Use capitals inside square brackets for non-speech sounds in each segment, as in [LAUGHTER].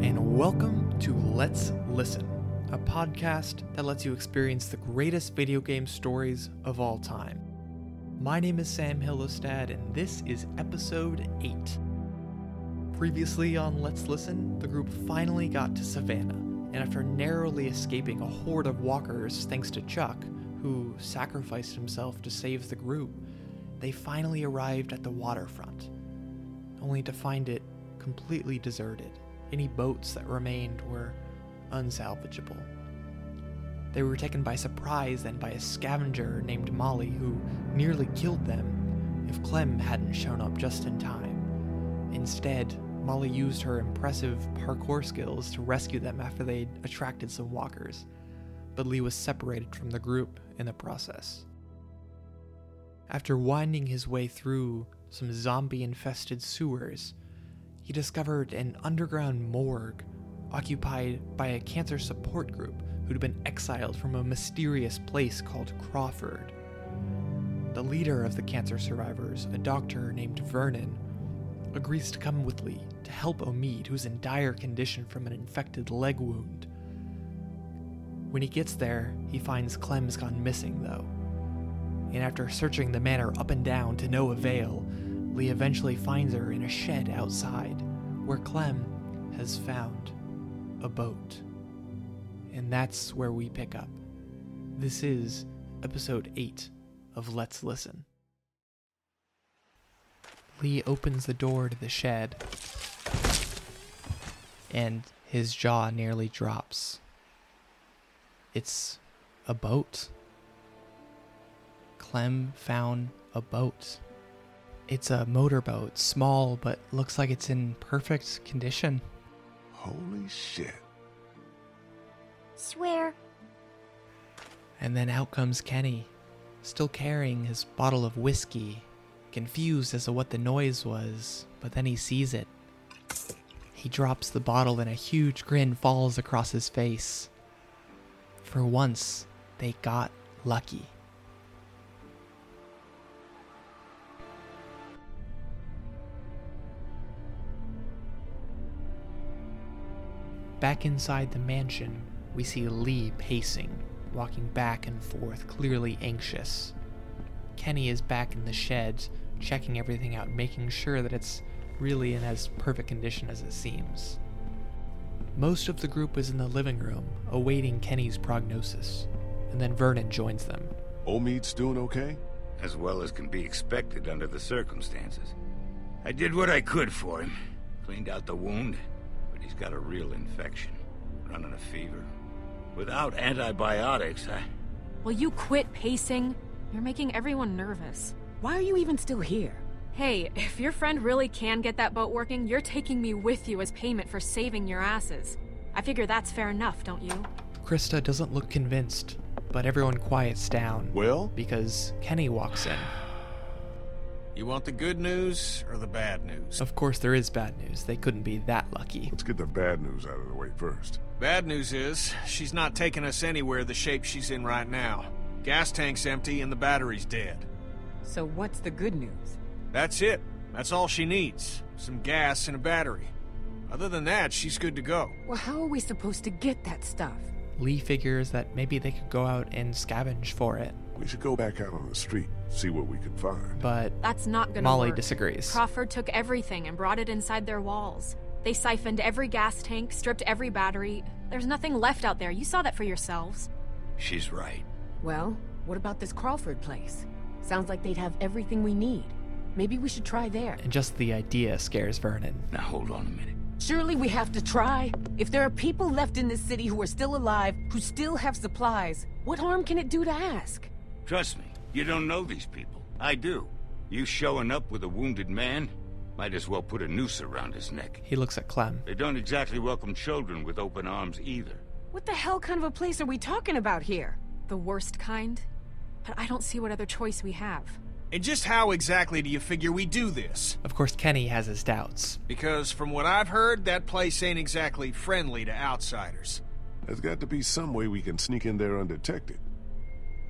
Welcome to Let's Listen, a podcast that lets you experience the greatest video game stories of all time. My name is Sam Hillostad, and this is episode 8. Previously on Let's Listen, the group finally got to Savannah, and after narrowly escaping a horde of walkers thanks to Chuck, who sacrificed himself to save the group, they finally arrived at the waterfront, only to find it completely deserted. Any boats that remained were unsalvageable. They were taken by surprise then by a scavenger named Molly, who nearly killed them if Clem hadn't shown up just in time. Instead, Molly used her impressive parkour skills to rescue them after they'd attracted some walkers, but Lee was separated from the group in the process. After winding his way through some zombie infested sewers, he discovered an underground morgue occupied by a cancer support group who'd been exiled from a mysterious place called Crawford. The leader of the cancer survivors, a doctor named Vernon, agrees to come with Lee to help Omid, who's in dire condition from an infected leg wound. When he gets there, he finds Clem's gone missing, though. And after searching the manor up and down to no avail, Lee eventually finds her in a shed outside, where Clem has found a boat. And that's where we pick up. This is episode 8 of Let's Listen. Lee opens the door to the shed, and his jaw nearly drops. It's a boat. Clem found a boat. It's a motorboat, small, but looks like it's in perfect condition. Holy shit. Swear. And then out comes Kenny, still carrying his bottle of whiskey, confused as to what the noise was, but then he sees it. He drops the bottle and a huge grin falls across his face. For once, they got lucky. Back inside the mansion, we see Lee pacing, walking back and forth, clearly anxious. Kenny is back in the shed, checking everything out, making sure that it's really in as perfect condition as it seems. Most of the group is in the living room, awaiting Kenny's prognosis, and then Vernon joins them. Omid's doing okay? as well as can be expected under the circumstances. I did what I could for him. Cleaned out the wound, but he's got a real infection, running a fever. Without antibiotics, I. Will you quit pacing? You're making everyone nervous. Why are you even still here? Hey, if your friend really can get that boat working, you're taking me with you as payment for saving your asses. I figure that's fair enough, don't you? Krista doesn't look convinced, but everyone quiets down Well, because Kenny walks in. You want the good news or the bad news? Of course, there is bad news. They couldn't be that lucky. let's get the bad news out of the way first. Bad news is, she's not taking us anywhere the shape she's in right now. Gas tank's empty and the battery's dead. So, what's the good news? That's it. That's all she needs some gas and a battery. Other than that, she's good to go. Well, how are we supposed to get that stuff? Lee figures that maybe they could go out and scavenge for it, We should go back out on the street, see what we can find. but That's not gonna Molly work. disagrees. Crawford took everything and brought it inside their walls. They siphoned every gas tank, stripped every battery. There's nothing left out there. You saw that for yourselves. She's right. Well, what about this Crawford place? Sounds like they'd have everything we need. Maybe we should try there. and just the idea scares Vernon. Now hold on a minute. Surely we have to try. If there are people left in this city who are still alive, who still have supplies, what harm can it do to ask? Trust me, you don't know these people. I do. You showing up with a wounded man? Might as well put a noose around his neck. He looks at Clem. They don't exactly welcome children with open arms either. What the hell kind of a place are we talking about here? The worst kind? But I don't see what other choice we have. And just how exactly do you figure we do this? Of course, Kenny has his doubts. Because from what I've heard, that place ain't exactly friendly to outsiders. There's got to be some way we can sneak in there undetected.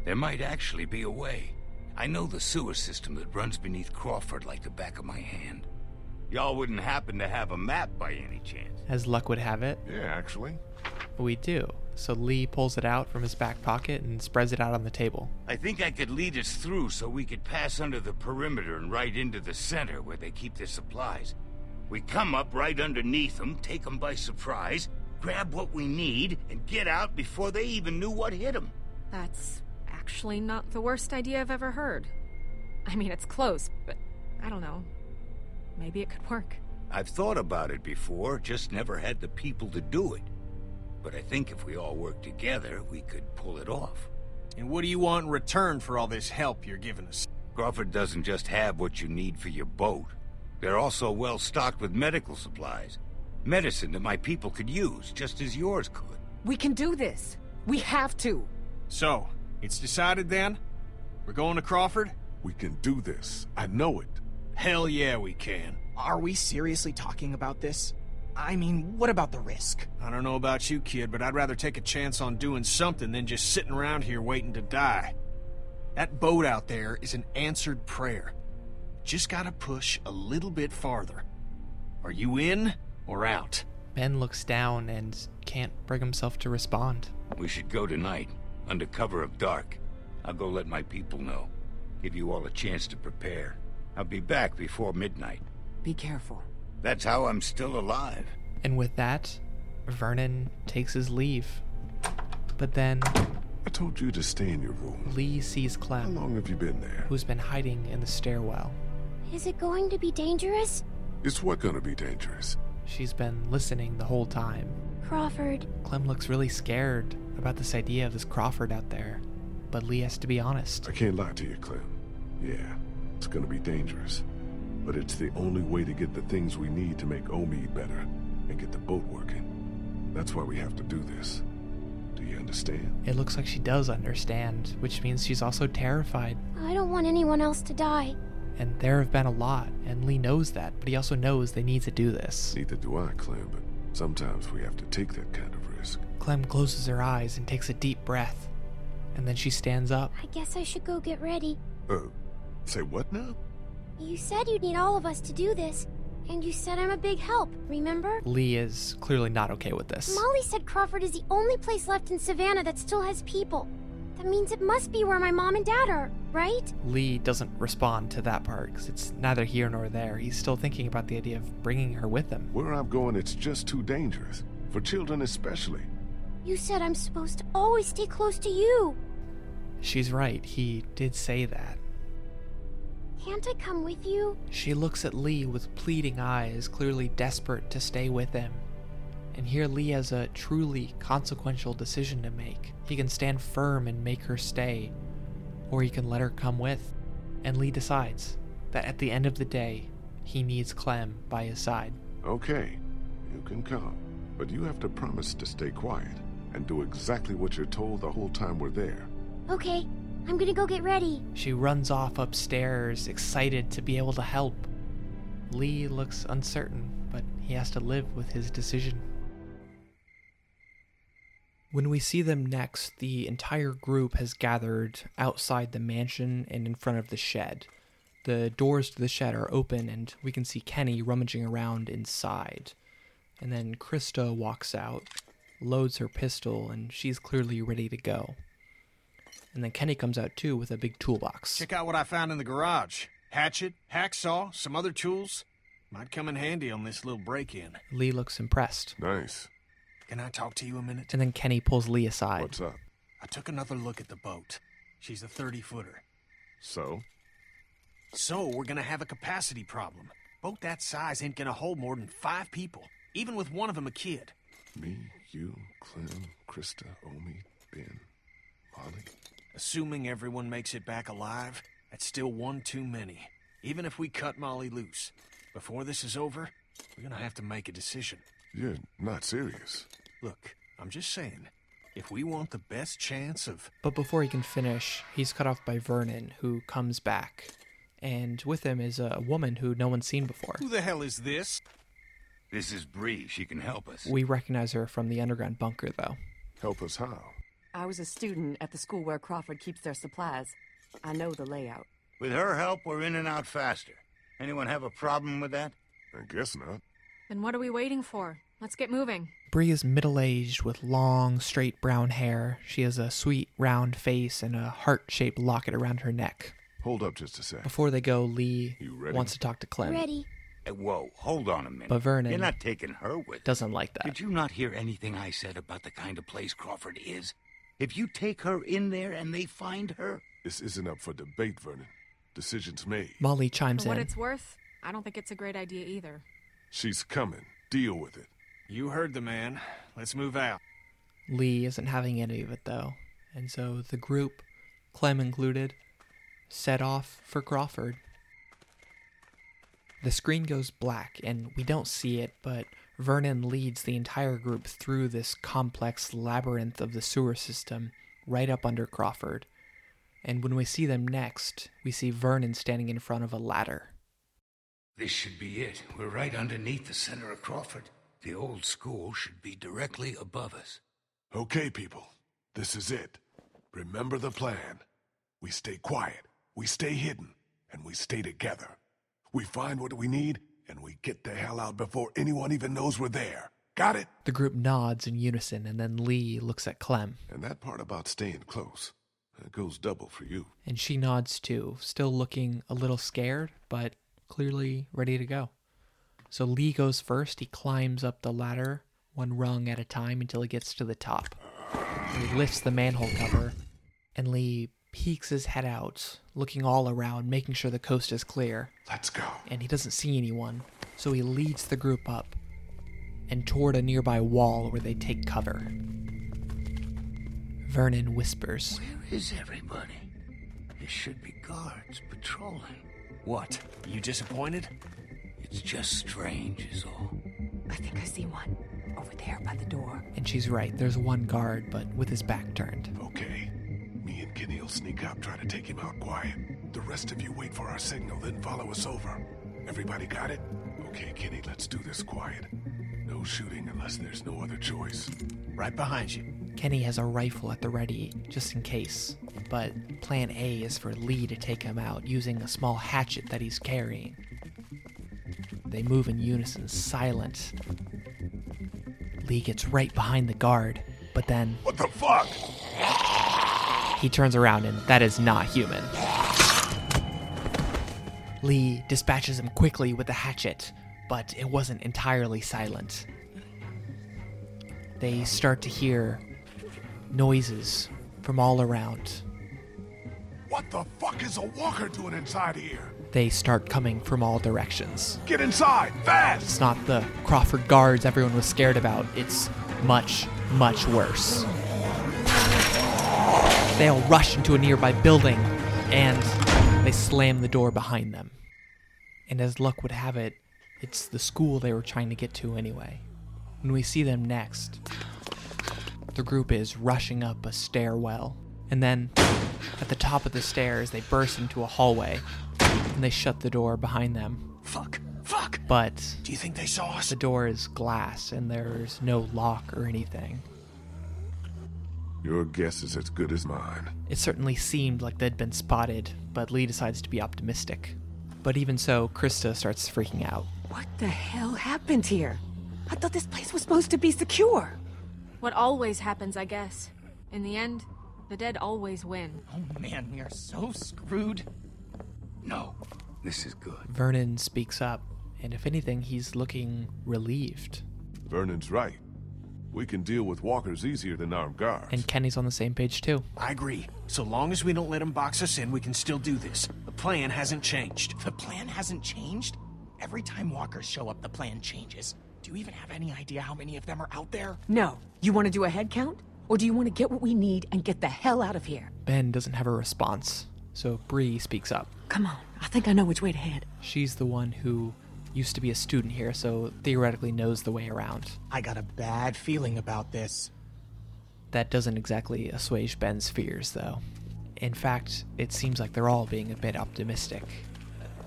There might actually be a way. I know the sewer system that runs beneath Crawford like the back of my hand. Y'all wouldn't happen to have a map by any chance. As luck would have it, Yeah, actually. we do. So Lee pulls it out from his back pocket and spreads it out on the table. I think I could lead us through so we could pass under the perimeter and right into the center where they keep their supplies. We come up right underneath them, take them by surprise, grab what we need, and get out before they even knew what hit them. That's actually not the worst idea I've ever heard. I mean, it's close, but I don't know. Maybe it could work. I've thought about it before, just never had the people to do it. But I think if we all work together, we could pull it off. And what do you want in return for all this help you're giving us? Crawford doesn't just have what you need for your boat. They're also well stocked with medical supplies. Medicine that my people could use, just as yours could. We can do this. We have to. So, it's decided then? We're going to Crawford? We can do this. I know it. Hell yeah, we can. Are we seriously talking about this? I mean, what about the risk? I don't know about you, kid, but I'd rather take a chance on doing something than just sitting around here waiting to die. That boat out there is an answered prayer. Just gotta push a little bit farther. Are you in or out? Ben looks down and can't bring himself to respond. We should go tonight, under cover of dark. I'll go let my people know. Give you all a chance to prepare. I'll be back before midnight. Be careful. That's how I'm still alive. And with that, Vernon takes his leave. But then I told you to stay in your room. Lee sees How Clem, long have you been there? who's been hiding in the stairwell. Is it going to be dangerous? It's what gonna be dangerous? She's been listening the whole time. Crawford, Clem looks really scared about this idea of this Crawford out there, but Lee has to be honest. I can't lie to you, Clem. Yeah, it's gonna be dangerous. But it's the only way to get the things we need to make Omid better and get the boat working. That's why we have to do this. Do you understand? It looks like she does understand, which means she's also terrified. I don't want anyone else to die. And there have been a lot, and Lee knows that, but he also knows they need to do this. Neither do I, Clem, but sometimes we have to take that kind of risk. Clem closes her eyes and takes a deep breath, and then she stands up. I guess I should go get ready. Uh, say what now? You said you'd need all of us to do this, and you said I'm a big help, remember? Lee is clearly not okay with this. Molly said Crawford is the only place left in Savannah that still has people. That means it must be where my mom and dad are, right? Lee doesn't respond to that part because it's neither here nor there. He's still thinking about the idea of bringing her with him. Where I'm going, it's just too dangerous. For children, especially. You said I'm supposed to always stay close to you. She's right, he did say that. Can't I come with you? She looks at Lee with pleading eyes, clearly desperate to stay with him. And here Lee has a truly consequential decision to make. He can stand firm and make her stay, or he can let her come with. And Lee decides that at the end of the day, he needs Clem by his side. Okay, you can come, but you have to promise to stay quiet and do exactly what you're told the whole time we're there. Okay, I'm gonna go get ready. She runs off upstairs, excited to be able to help. Lee looks uncertain, but he has to live with his decision. When we see them next, the entire group has gathered outside the mansion and in front of the shed. The doors to the shed are open, and we can see Kenny rummaging around inside. And then Krista walks out, loads her pistol, and she's clearly ready to go. And then Kenny comes out too with a big toolbox. Check out what I found in the garage hatchet, hacksaw, some other tools. Might come in handy on this little break in. Lee looks impressed. Nice. Can I talk to you a minute? And then Kenny pulls Lee aside. What's up? I took another look at the boat. She's a 30 footer. So? So we're gonna have a capacity problem. Boat that size ain't gonna hold more than five people, even with one of them a kid. Me, you, Clem, Krista, Omi, Ben, Molly. Assuming everyone makes it back alive, that's still one too many. Even if we cut Molly loose. Before this is over, we're gonna have to make a decision. You're not serious. Look, I'm just saying, if we want the best chance of. But before he can finish, he's cut off by Vernon, who comes back. And with him is a woman who no one's seen before. Who the hell is this? This is Bree. She can help us. We recognize her from the underground bunker, though. Help us how? I was a student at the school where Crawford keeps their supplies. I know the layout. With her help, we're in and out faster. Anyone have a problem with that? I guess not. Then what are we waiting for? Let's get moving. Bree is middle aged with long, straight brown hair. She has a sweet, round face and a heart shaped locket around her neck. Hold up just a sec. Before they go, Lee You ready? wants to talk to Clem, Ready. Hey, Uh, whoa, hold on a minute. But Vernon- You're not taking her with you. doesn't like that. Did you not hear anything I said about the kind of place Crawford is? If you take her in there and they find her, This isn't up for debate, Vernon. Decision's made. Molly chimes For what in. it's worth, I don't think it's a great idea either. She's coming. Deal with it. You heard the man. Let's move out. Lee isn't having any of it though, and so the group, Clem included, set off for Crawford. The screen goes black, and we don't see it, but Vernon leads the entire group through this complex labyrinth of the sewer system right up under Crawford. And when we see them next, we see Vernon standing in front of a ladder. this should be it. We're right underneath the center of Crawford. The old school should be directly above us. Okay, people. This is it. Remember the plan. We stay quiet, we stay hidden, and we stay together. We find what we need, and we get the hell out before anyone even knows we're there. Got it? The group nods in unison, and then Lee looks at Clem. And that part about staying close, that goes double for you. And she nods too, still looking a little scared, but clearly ready to go. So Lee goes first. He climbs up the ladder, one rung at a time, until he gets to the top. And he lifts the manhole cover, and Lee peeks his head out, looking all around, making sure the coast is clear. Let's go. And he doesn't see anyone, so he leads the group up and toward a nearby wall where they take cover. Vernon whispers. Where is everybody? There should be guards patrolling. What? You disappointed? It's just strange, is all. I think I see one. Over there by the door. And she's right, there's one guard, but with his back turned. Okay. Me and Kenny will sneak up, try to take him out quiet. The rest of you wait for our signal, then follow us over. Everybody got it? Okay, Kenny, let's do this quiet. No shooting unless there's no other choice. Right behind you. Kenny has a rifle at the ready, just in case. But plan A is for Lee to take him out using a small hatchet that he's carrying. They move in unison, silent. Lee gets right behind the guard, but then What the fuck? he turns around and that is not human. Lee dispatches him quickly with the hatchet, but it wasn't entirely silent. They start to hear noises from all around. What the fuck is a walker doing inside here? They start coming from all directions. Get inside, fast! It's not the Crawford guards everyone was scared about. It's much, much worse. They all rush into a nearby building and they slam the door behind them. And as luck would have it, it's the school they were trying to get to anyway. When we see them next, the group is rushing up a stairwell. And then, at the top of the stairs, they burst into a hallway and they shut the door behind them. Fuck. Fuck. But Do you think they saw us? the door is glass and there's no lock or anything. Your guess is as good as mine. It certainly seemed like they'd been spotted, but Lee decides to be optimistic. But even so, Krista starts freaking out. What the hell happened here? I thought this place was supposed to be secure. What always happens, I guess. In the end, the dead always win. Oh man, we are so screwed. No, this is good. Vernon speaks up, and if anything, he's looking relieved. Vernon's right. We can deal with walkers easier than armed guards. And Kenny's on the same page too. I agree. So long as we don't let them box us in, we can still do this. The plan hasn't changed. The plan hasn't changed. Every time walkers show up, the plan changes. Do you even have any idea how many of them are out there? No. You want to do a head count? Or do you want to get what we need and get the hell out of here? Ben doesn't have a response, so Bree speaks up. Come on. I think I know which way to head. She's the one who used to be a student here, so theoretically knows the way around. I got a bad feeling about this. That doesn't exactly assuage Ben's fears, though. In fact, it seems like they're all being a bit optimistic.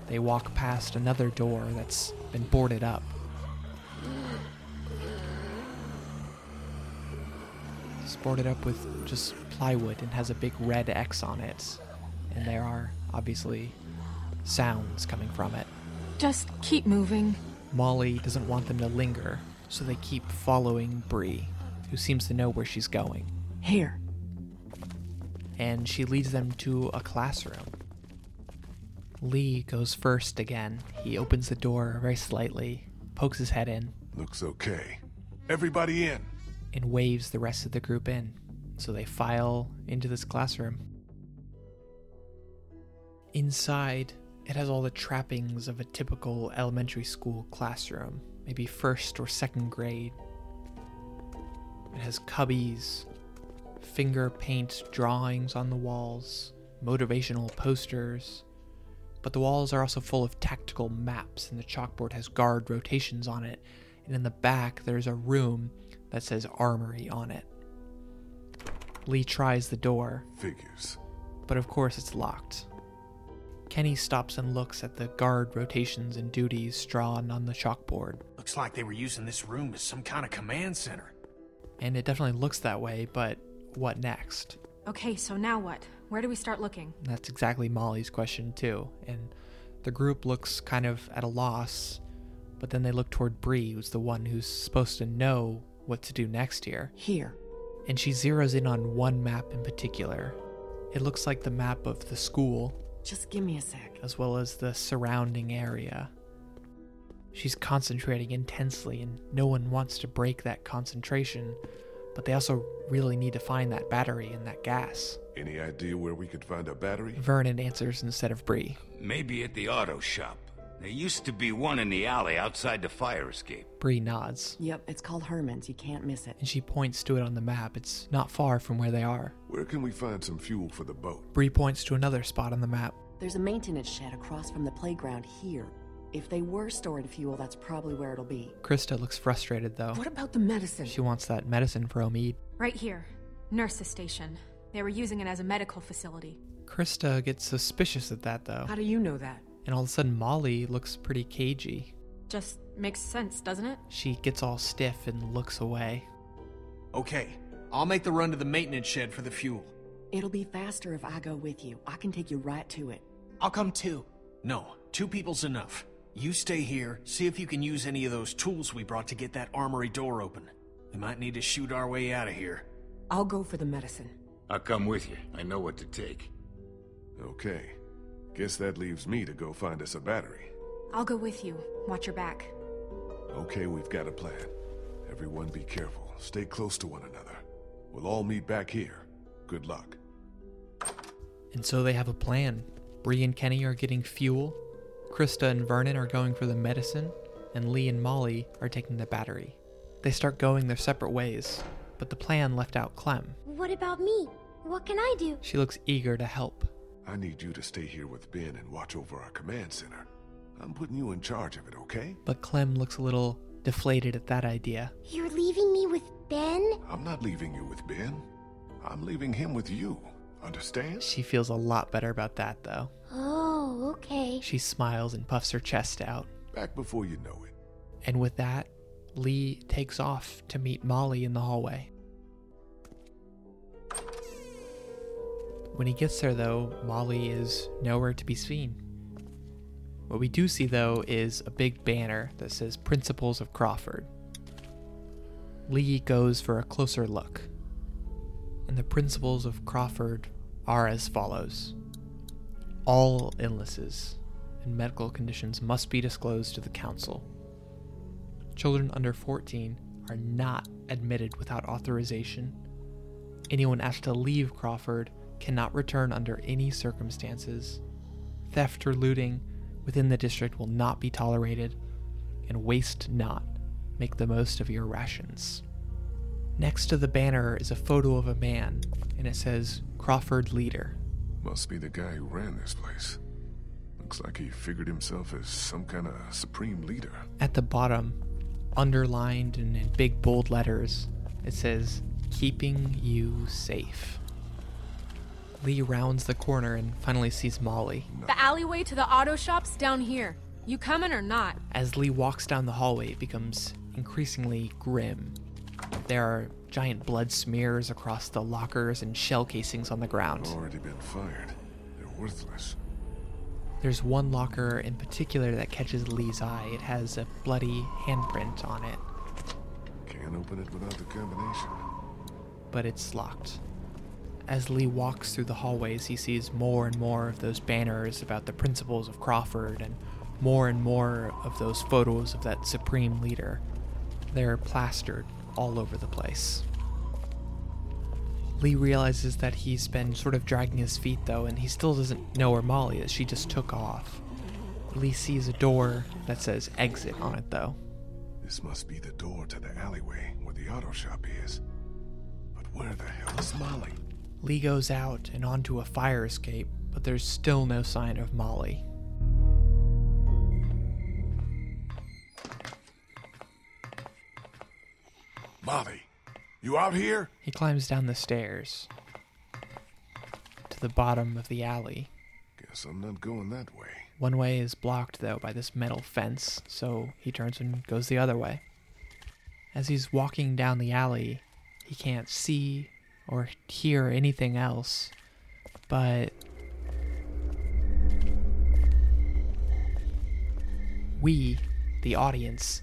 They walk past another door that's been boarded up. It's boarded up with just plywood and has a big red X on it. And there are, obviously, sounds coming from it. Just keep moving. Molly doesn't want them to linger, so they keep following Bree, who seems to know where she's going. Here. and she leads them to a classroom. Lee goes first again. He opens the door very slightly, pokes his head in, Looks okay. Everybody in. and waves the rest of the group in. So they file into this classroom. Inside, it has all the trappings of a typical elementary school classroom, maybe first or second grade. It has cubbies, finger paint drawings on the walls, motivational posters. But the walls are also full of tactical maps, and the chalkboard has guard rotations on it. And in the back, there's a room that says armory on it. Lee tries the door, Figures. but of course it's locked. Kenny stops and looks at the guard rotations and duties drawn on the chalkboard, Looks like they were using this room as some kind of command center. and it definitely looks that way, but what next? Okay, so now what? Where do we start looking? That's exactly Molly's question, too. And the group looks kind of at a loss, but then they look toward Bree, who's the one who's supposed to know what to do next here. Here. And she zeroes in on one map in particular. It looks like the map of the school, Just give me a sec. as well as the surrounding area. She's concentrating intensely, and no one wants to break that concentration, but they also really need to find that battery and that gas. Any idea where we could find a battery? Vernon answers instead of Bree. Maybe at the auto shop. There used to be one in the alley outside the fire escape. Bree nods. Yep, it's called Herman's. You can't miss it. and she points to it on the map. It's not far from where they are. Where can we find some fuel for the boat? Bree points to another spot on the map. There's a maintenance shed across from the playground here. If they were storing fuel, that's probably where it'll be. Krista looks frustrated though. What about the medicine? She wants that medicine for Omid. Right here. Nurse's station. They were using it as a medical facility. Krista gets suspicious at that though, How do you know that? and all of a sudden Molly looks pretty cagey. Just makes sense, doesn't it? She gets all stiff and looks away. Okay, I'll make the run to the maintenance shed for the fuel. It'll be faster if I go with you. I can take you right to it. I'll come too. No, two people's enough. You stay here, see if you can use any of those tools we brought to get that armory door open. We might need to shoot our way out of here. I'll go for the medicine. I'll come with you. I know what to take. Okay. Guess that leaves me to go find us a battery. I'll go with you. Watch your back. Okay, we've got a plan. Everyone be careful. Stay close to one another. We'll all meet back here. Good luck. And so they have a plan. Bree and Kenny are getting fuel, Krista and Vernon are going for the medicine, and Lee and Molly are taking the battery. They start going their separate ways, but the plan left out Clem. What about me? What can I do? She looks eager to help, I need you to stay here with Ben and watch over our command center. I'm putting you in charge of it, okay? but Clem looks a little deflated at that idea. You're leaving me with Ben? I'm not leaving you with Ben. I'm leaving him with you. Understand? She feels a lot better about that, though. Oh, okay. She smiles and puffs her chest out. Back before you know it. And with that, Lee takes off to meet Molly in the hallway. When he gets there, though, Molly is nowhere to be seen. What we do see, though, is a big banner that says Principles of Crawford. Lee goes for a closer look. And the principles of Crawford are as follows All illnesses and medical conditions must be disclosed to the council. Children under 14 are not admitted without authorization. Anyone asked to leave Crawford cannot return under any circumstances. Theft or looting within the district will not be tolerated, and waste not. Make the most of your rations. Next to the banner is a photo of a man, and it says Crawford Leader. Must be the guy who ran this place. Looks like he figured himself as some kind of supreme leader. At the bottom, underlined and in big bold letters, it says, Keeping You Safe. Lee rounds the corner and finally sees Molly. The alleyway to the auto shop's down here. You coming or not? As Lee walks down the hallway, it becomes increasingly grim. There are giant blood smears across the lockers and shell casings on the ground. Already been fired. They're worthless. There's one locker in particular that catches Lee's eye. It has a bloody handprint on it, Can't open it without the combination. but it's locked. As Lee walks through the hallways, he sees more and more of those banners about the principles of Crawford and more and more of those photos of that supreme leader. They're plastered all over the place. Lee realizes that he's been sort of dragging his feet though, and he still doesn't know where Molly is. She just took off. Lee sees a door that says exit on it though. This must be the door to the alleyway where the auto shop is. But where the hell is Molly? Lee goes out and onto a fire escape, but there's still no sign of Molly. Molly, you out here? He climbs down the stairs to the bottom of the alley. Guess I'm not going that way. One way is blocked, though, by this metal fence, so he turns and goes the other way. As he's walking down the alley, he can't see or hear anything else, but. We, the audience,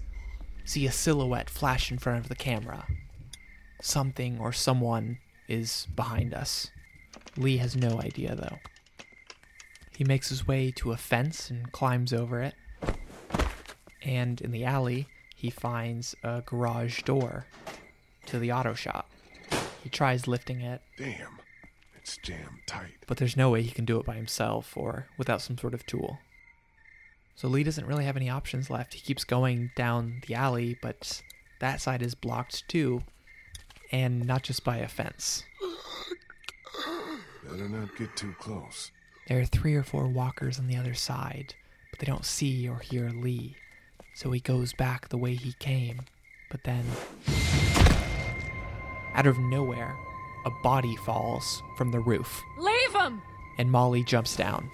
see a silhouette flash in front of the camera. Something or someone is behind us. Lee has no idea, though. He makes his way to a fence and climbs over it. And in the alley, he finds a garage door to the auto shop. He tries lifting it, Damn, it's jammed tight. but there's no way he can do it by himself or without some sort of tool. So Lee doesn't really have any options left. He keeps going down the alley, but that side is blocked too, and not just by a fence. Better not get too close. There are three or four walkers on the other side, but they don't see or hear Lee. So he goes back the way he came. But then, out of nowhere, a body falls from the roof, Leave him! and Molly jumps down.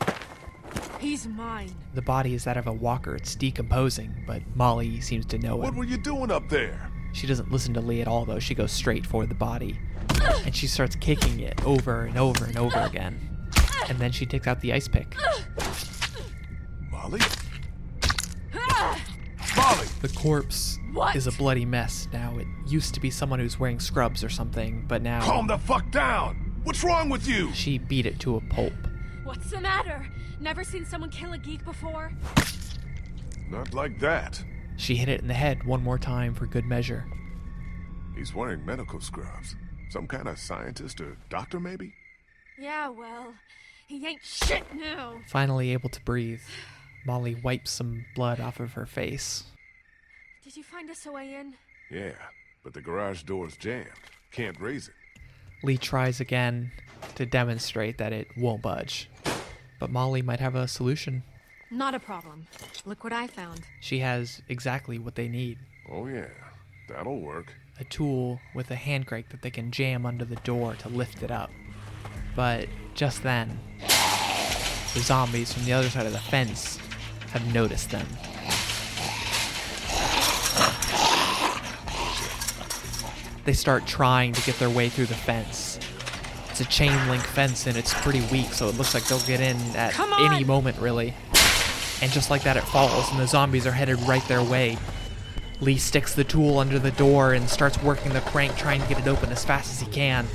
He's mine. The body is that of a walker, it's decomposing, but Molly seems to know it. What were you doing up there? She doesn't listen to Lee at all, though. She goes straight for the body, and she starts kicking it over and over and over again. And then she takes out the ice pick. Molly? Molly! The corpse What? is a bloody mess now. It used to be someone who's wearing scrubs or something, but now Calm the fuck down! What's wrong with you? she beat it to a pulp. What's the matter? Never seen someone kill a geek before? Not like that. She hit it in the head one more time for good measure. He's wearing medical scrubs. Some kind of scientist or doctor, maybe? Yeah, well, he ain't shit now. Finally able to breathe, Molly wipes some blood off of her face. Did you find us a way in? Yeah, but the garage door's jammed. Can't raise it. Lee tries again to demonstrate that it won't budge. But Molly might have a solution. Not a problem. Look what I found. She has exactly what they need Oh, yeah. That'll work. a tool with a handbrake that they can jam under the door to lift it up. But just then, the zombies from the other side of the fence have noticed them. They start trying to get their way through the fence. It's a chain link fence and it's pretty weak, so it looks like they'll get in at Come any on! moment, really. And just like that, it falls, and the zombies are headed right their way. Lee sticks the tool under the door and starts working the crank, trying to get it open as fast as he can.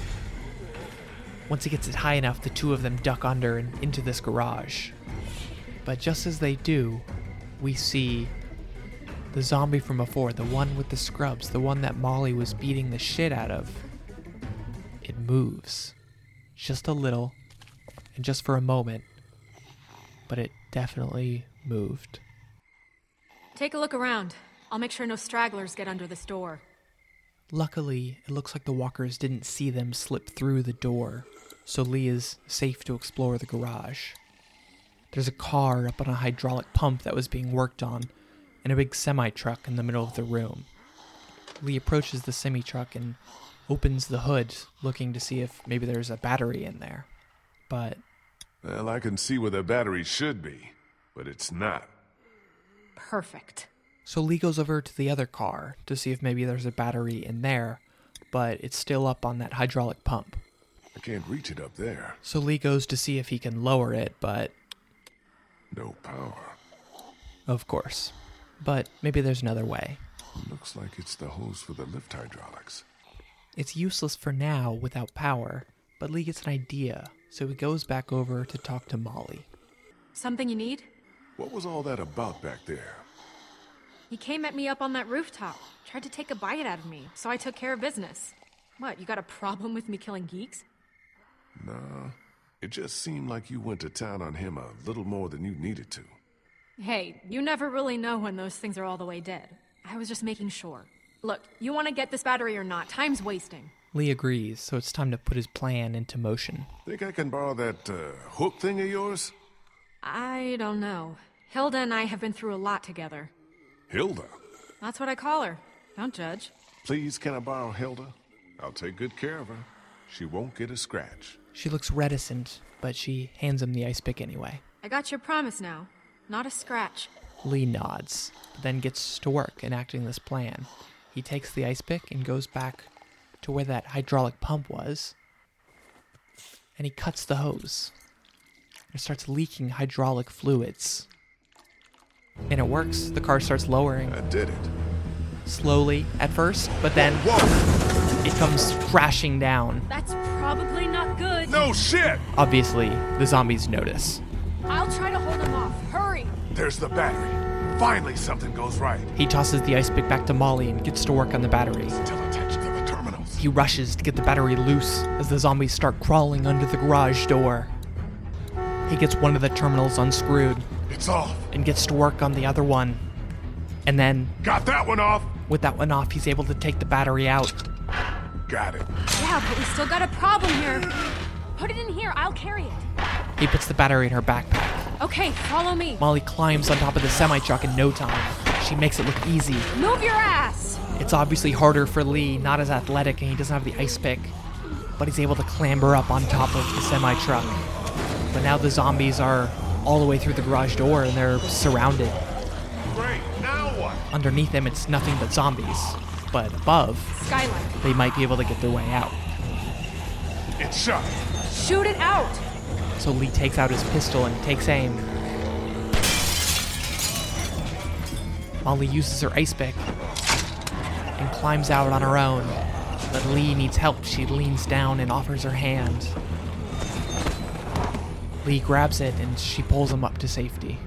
Once he gets it high enough, the two of them duck under and into this garage. But just as they do, we see the zombie from before, the one with the scrubs, the one that Molly was beating the shit out of. It moves. Just a little, and just for a moment. But it definitely moved. Take a look around. I'll make sure no stragglers get under this door. Luckily, it looks like the walkers didn't see them slip through the door, so Lee is safe to explore the garage. There's a car up on a hydraulic pump that was being worked on, and a big semi truck in the middle of the room. Lee approaches the semi truck and opens the hood, looking to see if maybe there's a battery in there. But Well, I can see where the battery should be, but it's not. Perfect. So Lee goes over to the other car to see if maybe there's a battery in there, but it's still up on that hydraulic pump. I can't reach it up there. So Lee goes to see if he can lower it, but No power. Of course. But maybe there's another way. Looks like it's the hose for the lift hydraulics. It's useless for now without power, but Lee gets an idea, so he goes back over to talk to Molly. Something you need? What was all that about back there? He came at me up on that rooftop, tried to take a bite out of me, so I took care of business. What, you got a problem with me killing geeks? Nah. It just seemed like you went to town on him a little more than you needed to. Hey, you never really know when those things are all the way dead. I was just making sure. Look, you want to get this battery or not? Time's wasting. Lee agrees, so it's time to put his plan into motion. Think I can borrow that uh, hook thing of yours? I don't know. Hilda and I have been through a lot together. Hilda. That's what I call her. Don't judge. Please, can I borrow Hilda? I'll take good care of her. She won't get a scratch. She looks reticent, but she hands him the ice pick anyway. I got your promise now. Not a scratch. Lee nods, but then gets to work enacting this plan. He takes the ice pick and goes back to where that hydraulic pump was, and he cuts the hose. It starts leaking hydraulic fluids. And it works. The car starts lowering I did it. slowly at first, but then Whoa! it comes crashing down. That's probably not good. No shit! Obviously, the zombies notice. I'll try to hold him off. Hurry! There's the battery. Finally, something goes right. He tosses the ice pick back to Molly and gets to work on the battery. Still attached to the terminals. He rushes to get the battery loose as the zombies start crawling under the garage door. He gets one of the terminals unscrewed It's off. and gets to work on the other one. And then, Got that one off. with that one off, he's able to take the battery out. Got it. Yeah, but we still got a problem here. Put it in here. I'll carry it. He puts the battery in her backpack. Okay, follow me. Molly climbs on top of the semi truck in no time. She makes it look easy. Move your ass! It's obviously harder for Lee, not as athletic, and he doesn't have the ice pick, but he's able to clamber up on top of the semi truck. But now the zombies are all the way through the garage door and they're surrounded. Great. Now what? Underneath them, it's nothing but zombies. But above, Skylight, they might be able to get their way out. It's shut. shoot it out! So Lee takes out his pistol and takes aim. Molly uses her ice pick and climbs out on her own. But Lee needs help. She leans down and offers her hand. Lee grabs it and she pulls him up to safety.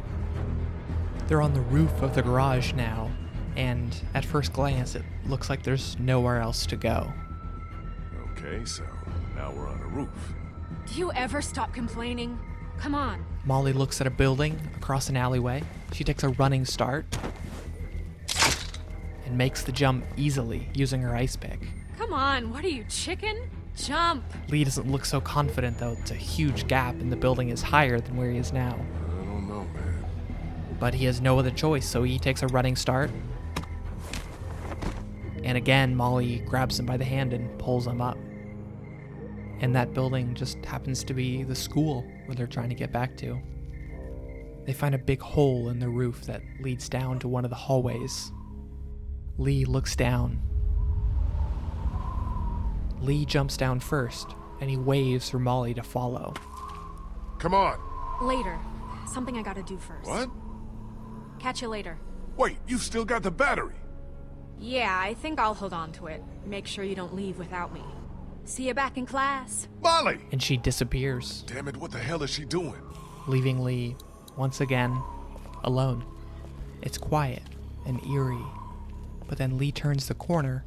They're on the roof of the garage now, and at first glance, it looks like there's nowhere else to go. Okay, so now we're on a roof. Do you ever stop complaining? Come on. Molly looks at a building across an alleyway. She takes a running start and makes the jump easily using her ice pick. Come on, what are you, chicken? Jump! Lee doesn't look so confident though. It's a huge gap and the building is higher than where he is now. I don't know, man. But he has no other choice, so he takes a running start. And again, Molly grabs him by the hand and pulls him up. And that building just happens to be the school where they're trying to get back to. They find a big hole in the roof that leads down to one of the hallways. Lee looks down. Lee jumps down first, and he waves for Molly to follow. Come on. Later. Something I gotta do first. What? Catch you later. Wait, you still got the battery. Yeah, I think I'll hold on to it. Make sure you don't leave without me. See you back in class. Molly! And she disappears. Damn it, what the hell is she doing? leaving Lee once again alone. It's quiet and eerie, but then Lee turns the corner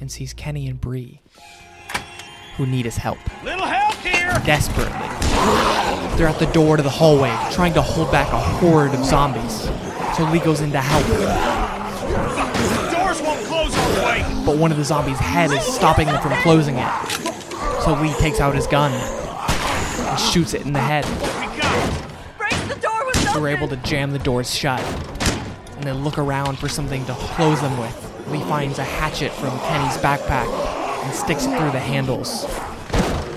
and sees Kenny and Bree, who need his help Little help here! desperately. They're at the door to the hallway, trying to hold back a horde of zombies. So Lee goes in to help, Doors won't close all the way! but one of the zombies' head is stopping them from closing it. So Lee takes out his gun and shoots it in the head. We got Break the door with They were able to jam the doors shut and then look around for something to close them with. Lee finds a hatchet from Kenny's backpack and sticks it through the handles.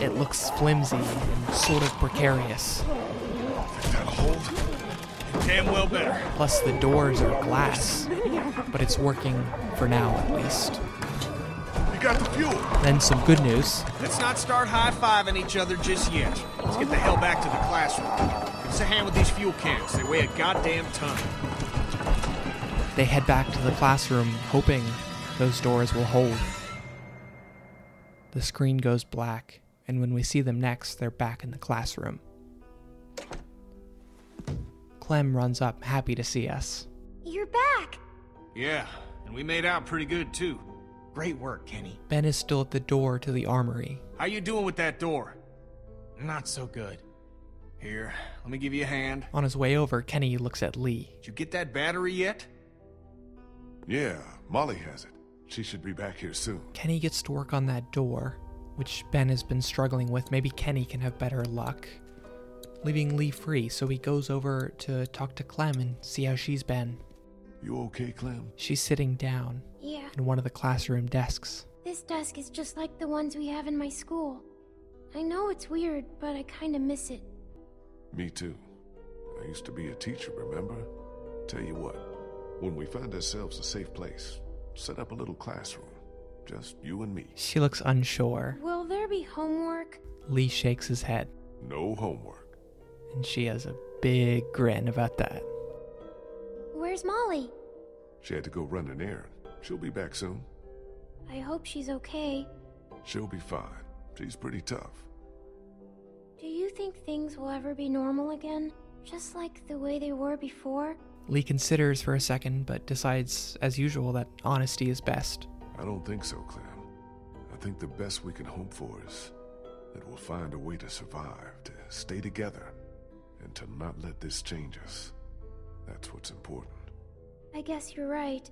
It looks flimsy and sort of precarious. Think that'll hold? Damn well better. Plus, the doors are glass, but it's working for now at least. You got the fuel. Then, some good news Let's not start high-fiving each other just yet. Let's get the hell back to the classroom. If What's the hand with these fuel cans? They weigh a goddamn ton. They head back to the classroom, hoping those doors will hold. The screen goes black, and when we see them next, they're back in the classroom. Clem runs up, happy to see us. You're back! Yeah, and we made out pretty good too. Great work, Kenny. Ben is still at the door to the armory. How you doing with that door? Not so good. Here, let me give you a hand. On his way over, Kenny looks at Lee. Did you get that battery yet? Yeah, Molly has it. She should be back here soon. Kenny gets to work on that door, which Ben has been struggling with. Maybe Kenny can have better luck. Leaving Lee free, so he goes over to talk to Clem and see how she's been. You okay, Clem? She's sitting down Yeah, in one of the classroom desks. this desk is just like the ones we have in my school. I know it's weird, but I kinda miss it. Me too. I used to be a teacher, remember? Tell you what, when we find ourselves a safe place, set up a little classroom. Just you and me. She looks unsure. Will there be homework? Lee shakes his head, No homework. and she has a big grin about that. Where's Molly? She had to go run an errand. She'll be back soon. I hope she's okay. She'll be fine. She's pretty tough. Do you think things will ever be normal again? Just like the way they were before? Lee considers for a second, but decides, as usual, that honesty is best. I don't think so, Clem. I think the best we can hope for is that we'll find a way to survive, to stay together, and to not let this change us. That's what's important. I guess you're right.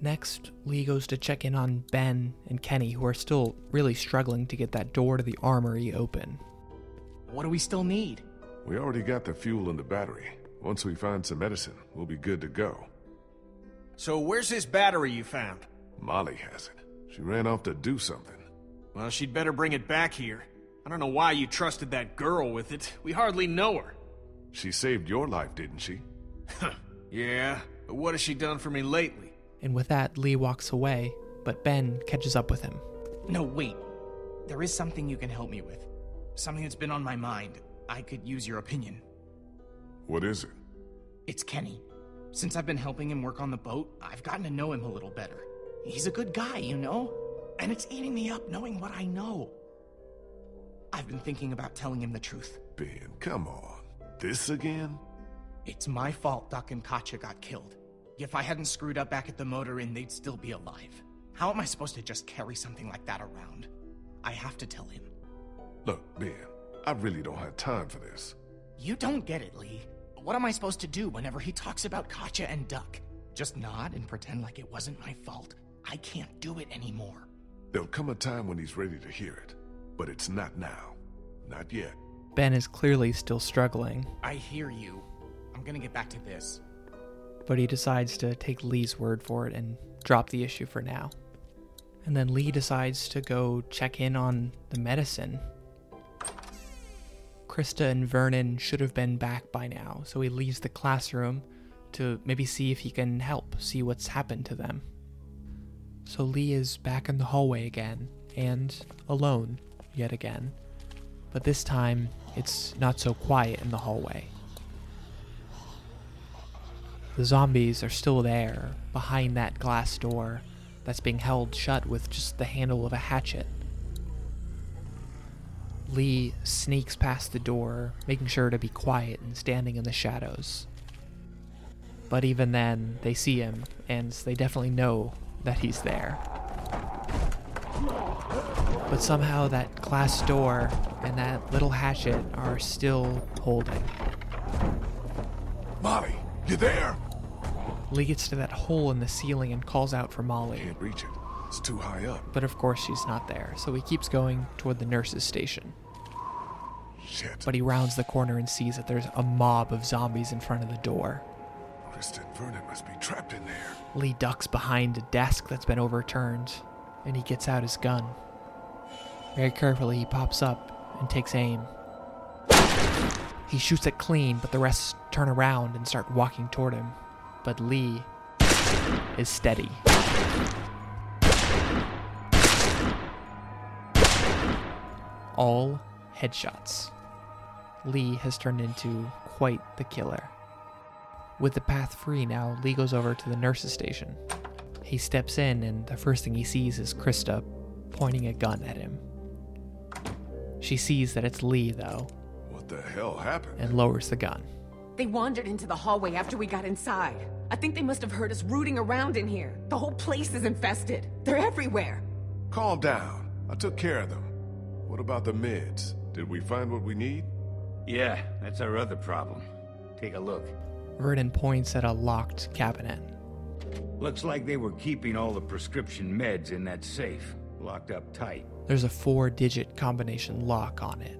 Next, Lee goes to check in on Ben and Kenny, who are still really struggling to get that door to the armory open. What do we still need? We already got the fuel and the battery. Once we find some medicine, we'll be good to go. So where's this battery you found? Molly has it. She ran off to do something. Well, she'd better bring it back here. I don't know why you trusted that girl with it. We hardly know her. She saved your life, didn't she? Yeah, but what has she done for me lately? And with that, Lee walks away, but Ben catches up with him. No, wait. There is something you can help me with. Something that's been on my mind. I could use your opinion. What is it? It's Kenny. Since I've been helping him work on the boat, I've gotten to know him a little better. He's a good guy, you know? And it's eating me up knowing what I know. I've been thinking about telling him the truth. Ben, come on. This again? It's my fault Duck and Katya got killed. If I hadn't screwed up back at the motor inn, they'd still be alive. How am I supposed to just carry something like that around? I have to tell him. Look, Ben, I really don't have time for this. You don't get it, Lee. What am I supposed to do whenever he talks about Katya and Duck? Just nod and pretend like it wasn't my fault? I can't do it anymore. There'll come a time when he's ready to hear it, but it's not now. Not yet. Ben is clearly still struggling, I hear you. I'm gonna get back to this. but he decides to take Lee's word for it and drop the issue for now. And then Lee decides to go check in on the medicine. Krista and Vernon should have been back by now, so he leaves the classroom to maybe see if he can help, see what's happened to them. So Lee is back in the hallway again, and alone yet again. But this time, it's not so quiet in the hallway. The zombies are still there, behind that glass door that's being held shut with just the handle of a hatchet. Lee sneaks past the door, making sure to be quiet and standing in the shadows. But even then, they see him, and they definitely know that he's there. But somehow, that glass door and that little hatchet are still holding. Molly, you there? Lee gets to that hole in the ceiling and calls out for Molly. Can't reach it. It's too high up. But of course, she's not there, so he keeps going toward the nurse's station. Shit. But he rounds the corner and sees that there's a mob of zombies in front of the door. Kristen Vernon must be trapped in there. Lee ducks behind a desk that's been overturned, and he gets out his gun. Very carefully, he pops up and takes aim. He shoots it clean, but the rest turn around and start walking toward him. But Lee is steady. All headshots. Lee has turned into quite the killer. With the path free now, Lee goes over to the nurse's station. He steps in, and the first thing he sees is Krista pointing a gun at him. She sees that it's Lee, though, What the hell happened? and lowers the gun. They wandered into the hallway after we got inside. I think they must have heard us rooting around in here. The whole place is infested. They're everywhere. Calm down. I took care of them. What about the meds? Did we find what we need? Yeah, that's our other problem. Take a look. Vernon points at a locked cabinet. Looks like they were keeping all the prescription meds in that safe, locked up tight. There's a four digit combination lock on it.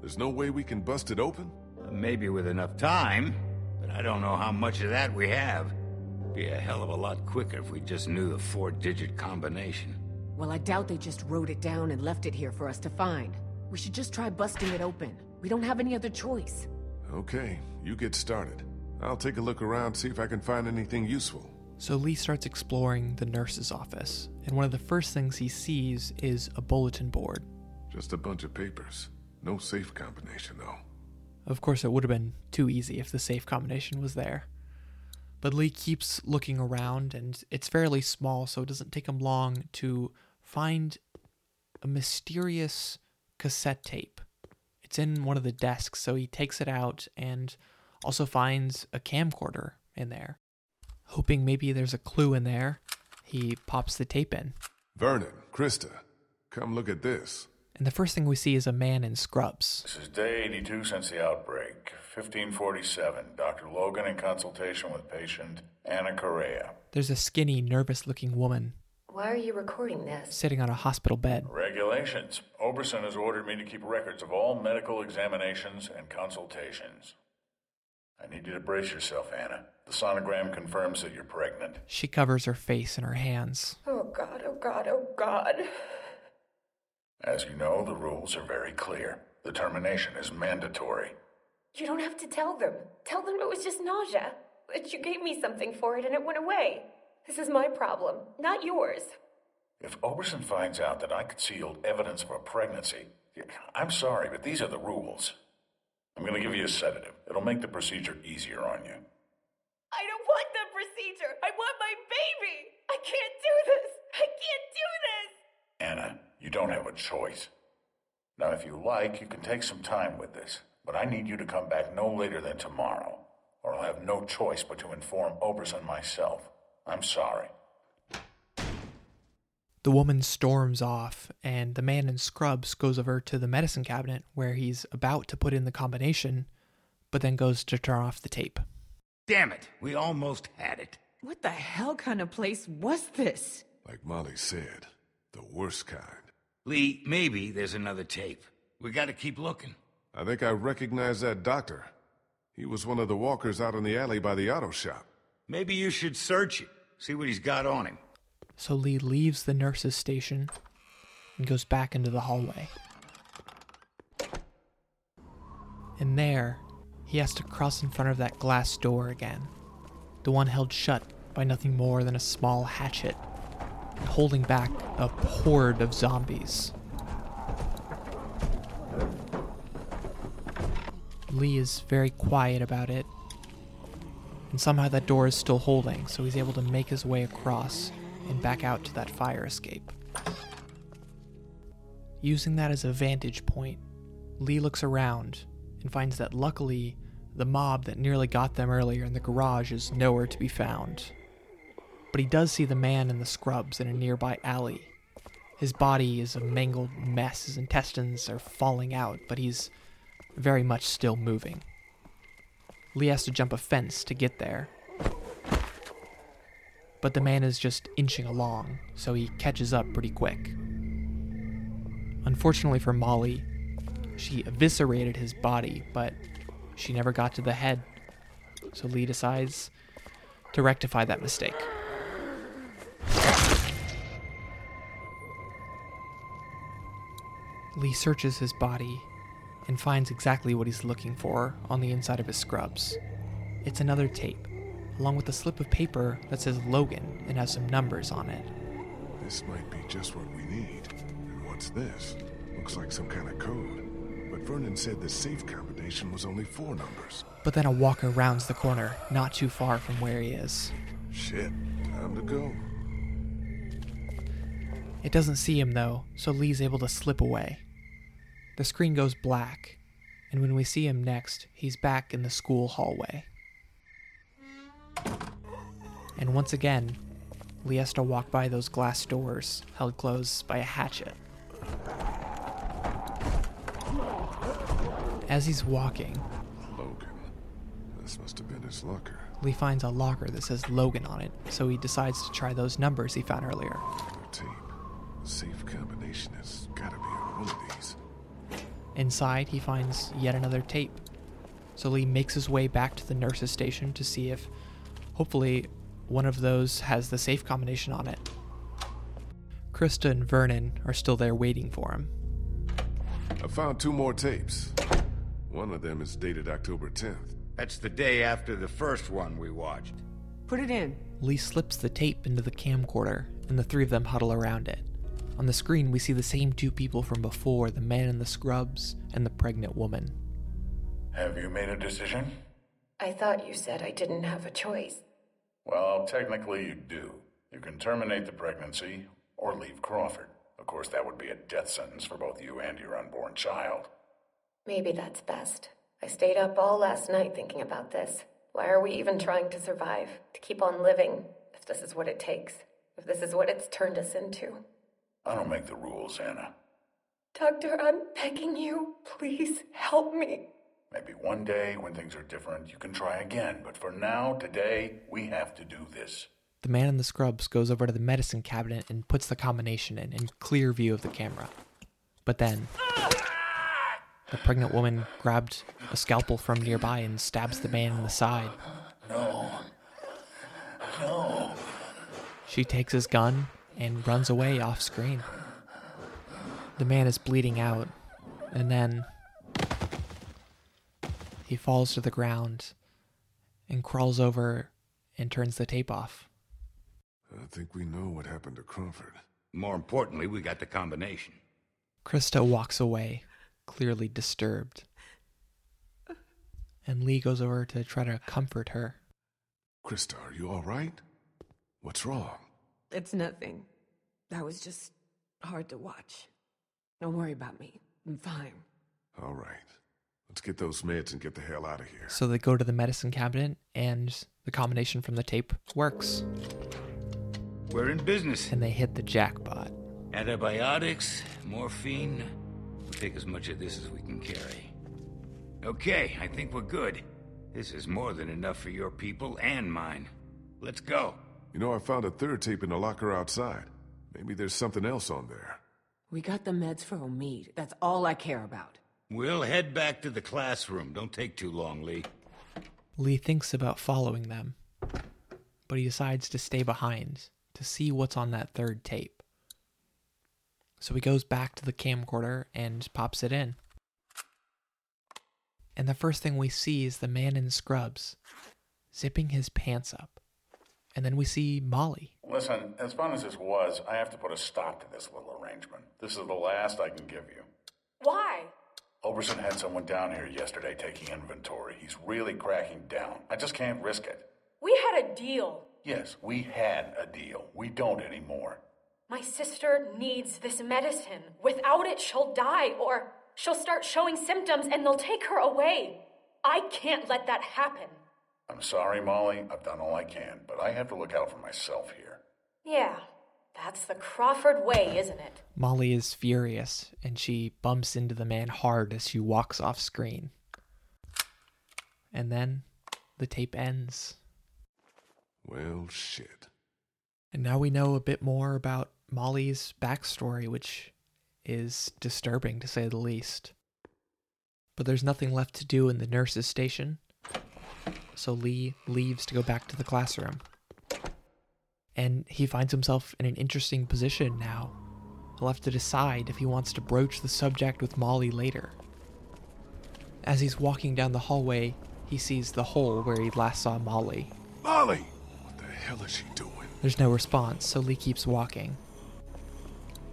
There's no way we can bust it open? Maybe with enough time, but I don't know how much of that we have. Be a hell of a lot quicker if we just knew the four digit combination. Well, I doubt they just wrote it down and left it here for us to find. We should just try busting it open. We don't have any other choice. Okay, you get started. I'll take a look around, see if I can find anything useful. So Lee starts exploring the nurse's office, and one of the first things he sees is a bulletin board. Just a bunch of papers. No safe combination, though. Of course, it would have been too easy if the safe combination was there. But Lee keeps looking around, and it's fairly small, so it doesn't take him long to find a mysterious cassette tape. It's in one of the desks, so he takes it out and also finds a camcorder in there. Hoping maybe there's a clue in there, he pops the tape in. Vernon, Krista, come look at this. And the first thing we see is a man in scrubs. This is day 82 since the outbreak. 1547. Dr. Logan in consultation with patient Anna Correa. There's a skinny, nervous looking woman Why are you recording this? sitting on a hospital bed. Regulations. Oberson has ordered me to keep records of all medical examinations and consultations. I need you to brace yourself, Anna. The sonogram confirms that you're pregnant. She covers her face in her hands. Oh god, oh god, oh god. As you know, the rules are very clear. The termination is mandatory. You don't have to tell them. Tell them it was just nausea. That you gave me something for it and it went away. This is my problem, not yours. If Oberson finds out that I concealed evidence of a pregnancy, I'm sorry, but these are the rules. I'm going to give you a sedative. It'll make the procedure easier on you. I don't want the procedure. I want my baby. I can't do this. I can't do this. Anna, you don't have a choice. Now, if you like, you can take some time with this, but I need you to come back no later than tomorrow, or I'll have no choice but to inform Oberson myself. I'm sorry. The woman storms off, and the man in scrubs goes over to the medicine cabinet where he's about to put in the combination, but then goes to turn off the tape. Damn it, we almost had it. What the hell kind of place was this? Like Molly said, the worst kind. Lee, maybe there's another tape. We gotta keep looking. I think I recognize that doctor. He was one of the walkers out in the alley by the auto shop. Maybe you should search it, see what he's got on him. So Lee leaves the nurse's station and goes back into the hallway. And there, he has to cross in front of that glass door again, the one held shut by nothing more than a small hatchet, and holding back a horde of zombies. Lee is very quiet about it, and somehow that door is still holding, so he's able to make his way across and back out to that fire escape. Using that as a vantage point, Lee looks around and finds that luckily, the mob that nearly got them earlier in the garage is nowhere to be found. But he does see the man in the scrubs in a nearby alley. His body is a mangled mess, his intestines are falling out, but he's very much still moving. Lee has to jump a fence to get there, but the man is just inching along, so he catches up pretty quick. Unfortunately for Molly, she eviscerated his body, but she never got to the head, so Lee decides to rectify that mistake. Lee searches his body and finds exactly what he's looking for on the inside of his scrubs. It's another tape, along with a slip of paper that says Logan and has some numbers on it. This might be just what we need. And what's this? Looks like some kind of code. but Vernon said the safe combination was only four numbers. But then a walker rounds the corner, not too far from where he is. Shit, time to go. It doesn't see him though, so Lee's able to slip away. The screen goes black, and when we see him next, he's back in the school hallway. And once again, Lee has to walk by those glass doors held closed by a hatchet. As he's walking, Logan. This must have been his locker. Lee finds a locker that says Logan on it, so he decides to try those numbers he found earlier. Their tape. The safe combination has gotta be on one of these. Inside, he finds yet another tape. So Lee makes his way back to the nurse's station to see if, hopefully, one of those has the safe combination on it. Krista and Vernon are still there waiting for him. I found two more tapes. One of them is dated October 10th. That's the day after the first one we watched. Put it in. Lee slips the tape into the camcorder, and the three of them huddle around it. On the screen, we see the same two people from before the man in the scrubs and the pregnant woman. Have you made a decision? I thought you said I didn't have a choice. Well, technically, you do. You can terminate the pregnancy or leave Crawford. Of course, that would be a death sentence for both you and your unborn child. Maybe that's best. I stayed up all last night thinking about this. Why are we even trying to survive? To keep on living, if this is what it takes, if this is what it's turned us into. I don't make the rules, Anna. Doctor, I'm begging you, please help me. Maybe one day, when things are different, you can try again. But for now, today, we have to do this. The man in the scrubs goes over to the medicine cabinet and puts the combination in, in clear view of the camera. But then, the pregnant woman grabbed a scalpel from nearby and stabs the man in the side. No. No. She takes his gun and runs away off screen. The man is bleeding out, and then he falls to the ground and crawls over and turns the tape off. I think we know what happened to Crawford. More importantly, we got the combination. Krista walks away, clearly disturbed. And Lee goes over to try to comfort her. Krista, are you all right? What's wrong? It's nothing. That was just hard to watch. Don't worry about me. I'm fine. All right. Let's get those meds and get the hell out of here. So they go to the medicine cabinet, and the combination from the tape works, We're in business. and they hit the jackpot. Antibiotics, morphine. We'll take as much of this as we can carry. Okay, I think we're good. This is more than enough for your people and mine. Let's go. You know, I found a third tape in the locker outside. Maybe there's something else on there. We got the meds for Omid. That's all I care about. We'll head back to the classroom. Don't take too long, Lee. Lee thinks about following them, but he decides to stay behind to see what's on that third tape. So he goes back to the camcorder and pops it in. And the first thing we see is the man in scrubs zipping his pants up. And then we see Molly. Listen, as fun as this was, I have to put a stop to this little arrangement. This is the last I can give you. Why? Oberson had someone down here yesterday taking inventory. He's really cracking down. I just can't risk it. We had a deal. Yes, we had a deal. We don't anymore. My sister needs this medicine. Without it, she'll die, or she'll start showing symptoms and they'll take her away. I can't let that happen. I'm sorry, Molly. I've done all I can, but I have to look out for myself here. Yeah, that's the Crawford way, isn't it? Molly is furious and she bumps into the man hard as she walks off screen. And then the tape ends. Well, shit. And now we know a bit more about Molly's backstory, which is disturbing to say the least. But there's nothing left to do in the nurse's station, so Lee leaves to go back to the classroom. And he finds himself in an interesting position now. He'll have to decide if he wants to broach the subject with Molly later. As he's walking down the hallway, he sees the hole where he last saw Molly Molly! What the hell is she doing? there's no response, so Lee keeps walking.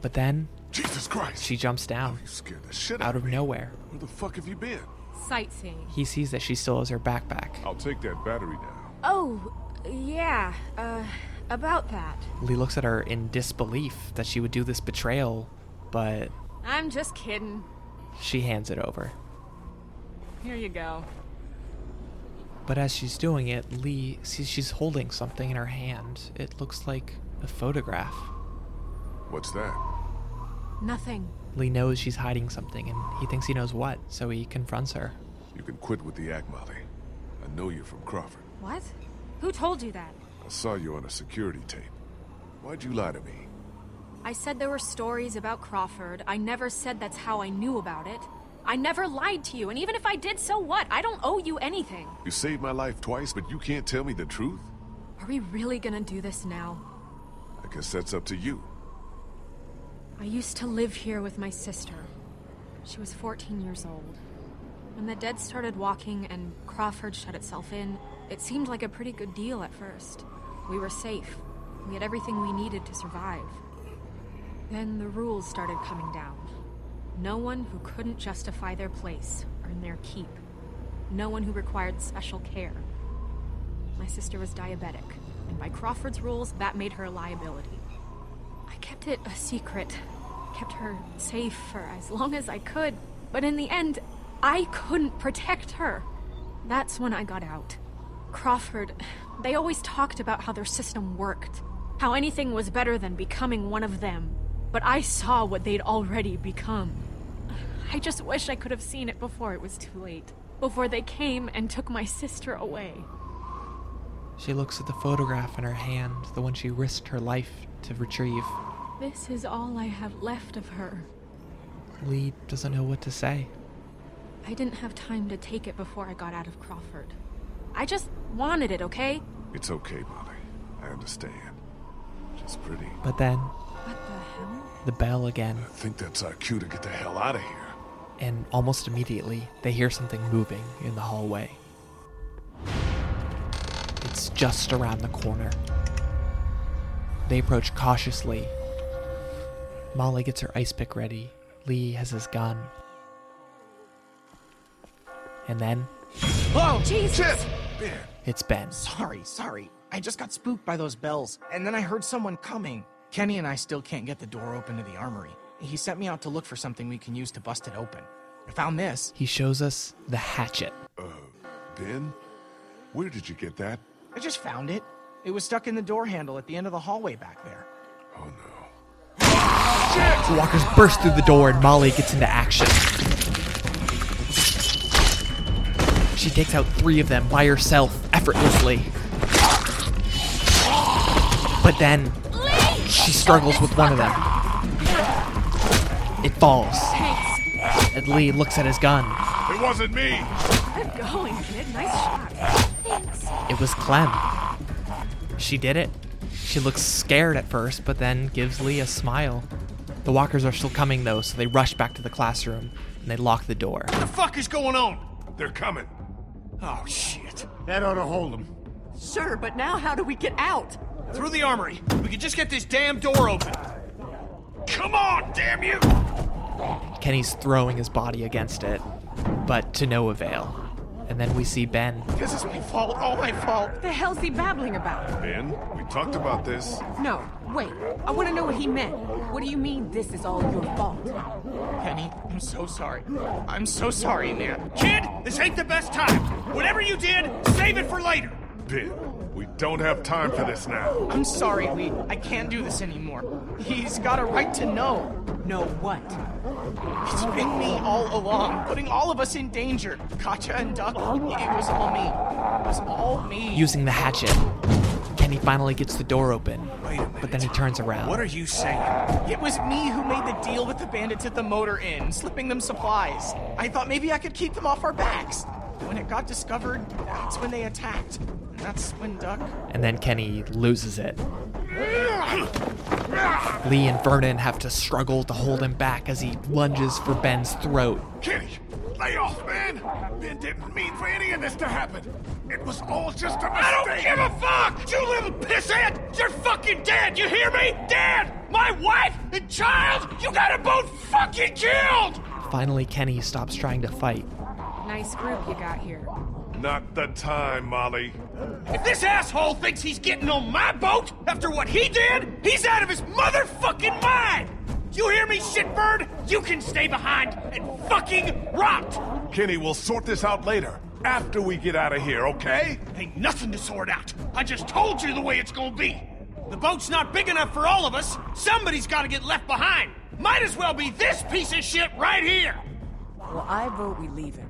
But then Jesus Christ! Oh, She jumps down Scared the shit out out of of nowhere. Where the fuck have you been? Sightseeing. He sees that she still has her backpack. I'll take that battery now. Oh, yeah, uh, about that. Lee looks at her in disbelief that she would do this betrayal, but I'm just kidding. she hands it over. Here you go. But as she's doing it, Lee sees she's holding something in her hand. It looks like a photograph. What's that? Nothing. Lee knows she's hiding something and he thinks he knows what, so he confronts her. You can quit with the act, Molly. I know you from Crawford. What? Who told you that? I saw you on a security tape. Why'd you lie to me? I said there were stories about Crawford. I never said that's how I knew about it. I never lied to you, and even if I did, so what? I don't owe you anything. You saved my life twice, but you can't tell me the truth? Are we really gonna do this now? I guess that's up to you. I used to live here with my sister. She was 14 years old. When the dead started walking and Crawford shut itself in, it seemed like a pretty good deal at first. We were safe. We had everything we needed to survive. Then the rules started coming down. No one who couldn't justify their place earned their keep. No one who required special care. My sister was diabetic, and by Crawford's rules, that made her a liability. I kept it a secret, kept her safe for as long as I could, but in the end, I couldn't protect her. That's when I got out. Crawford, they always talked about how their system worked, how anything was better than becoming one of them, but I saw what they'd already become. I just wish I could have seen it before it was too late, before they came and took my sister away. She looks at the photograph in her hand, the one she risked her life to retrieve. This is all I have left of her. Lee doesn't know what to say. I didn't have time to take it before I got out of Crawford. I just wanted it, okay? It's okay, Molly. I understand. Just pretty. But then, What the hell? the bell again, I think that's our cue to get the hell out of here. and almost immediately, they hear something moving in the hallway. It's just around the corner. They approach cautiously. Molly gets her ice pick ready. Lee has his gun. And then Whoa! Jesus! it's Ben. Sorry, sorry. I just got spooked by those bells, and then I heard someone coming. Kenny and I still can't get the door open to the armory. He sent me out to look for something we can use to bust it open. I found this. He shows us the hatchet. Ben? Where did you get that? I just found it. It was stuck in the door handle at the end of the hallway back there. Oh no. Walkers burst through the door and Molly gets into action. She takes out three of them by herself, effortlessly. But then, she struggles with one of them. It falls. And Lee looks at his gun. It wasn't me! Good going, kid. Nice shot. It was Clem. She did it. She looks scared at first, but then gives Lee a smile. The walkers are still coming though, so they rush back to the classroom and they lock the door. What the fuck is going on? They're coming. Oh, shit. That ought to hold them. Sure, but now how do we get out? Through the armory. We can just get this damn door open. Come on, damn you! Kenny's throwing his body against it, but to no avail. And then we see Ben. This is my fault, all my fault. The hell's he babbling about? Ben, we talked about this. No, wait. I want to know what he meant. What do you mean this is all your fault? Kenny, I'm so sorry. I'm so sorry, man. Kid, this ain't the best time. Whatever you did, save it for later. Ben, we don't have time for this now. I'm sorry, Lee. I can't do this anymore. He's got a right to know. No, what? It's been me all along, putting all of us in danger. Katya and Duck, it was all me. It was all me. Using the hatchet, Kenny finally gets the door open, Wait a minute. but then he turns around. What are you saying? It was me who made the deal with the bandits at the motor inn, slipping them supplies. I thought maybe I could keep them off our backs. When it got discovered, that's when they attacked. And that's when Duck. and then Kenny loses it. Lee and Vernon have to struggle to hold him back as he lunges for Ben's throat. Kenny, Lay off, man! Ben didn't mean for any of this to happen. It was all just a mistake. I don't give a fuck! You little pisshead! You're fucking dead! You hear me? Dead! My wife and child! You got them both fucking killed! Finally, Kenny stops trying to fight. Nice group you got here. Not the time, Molly. If this asshole thinks he's getting on my boat after what he did, he's out of his motherfucking mind! You hear me, shitbird? You can stay behind and fucking rot! Kenny, we'll sort this out later. After we get out of here, okay? Ain't nothing to sort out. I just told you the way it's gonna be. The boat's not big enough for all of us. Somebody's gotta get left behind. Might as well be this piece of shit right here. Well, I vote we leave him.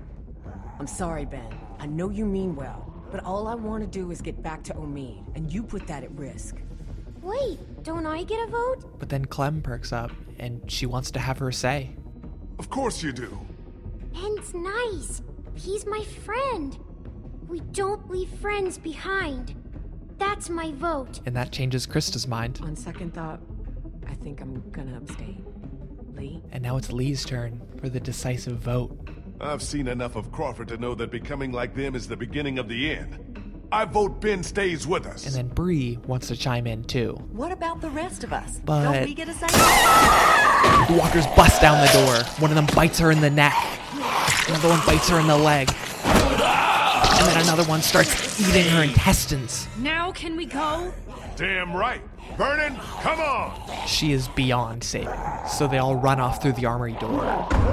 I'm sorry, Ben. I know you mean well, but all I want to do is get back to Omid, and you put that at risk. Wait, don't I get a vote? But then Clem perks up and she wants to have her say. Of course you do. Ben's nice. He's my friend. We don't leave friends behind. That's my vote. And that changes Krista's mind. On second thought, I think I'm gonna abstain. Lee? And now it's Lee's turn for the decisive vote. I've seen enough of Crawford to know that becoming like them is the beginning of the end. I vote Ben stays with us. And then Bree wants to chime in too. What about the rest of us? But- Don't we get a say? The walkers bust down the door. One of them bites her in the neck. Another one bites her in the leg. And then another one starts eating her intestines. Now can we go? Damn right. Vernon, come on! She is beyond saving. So they all run off through the armory door,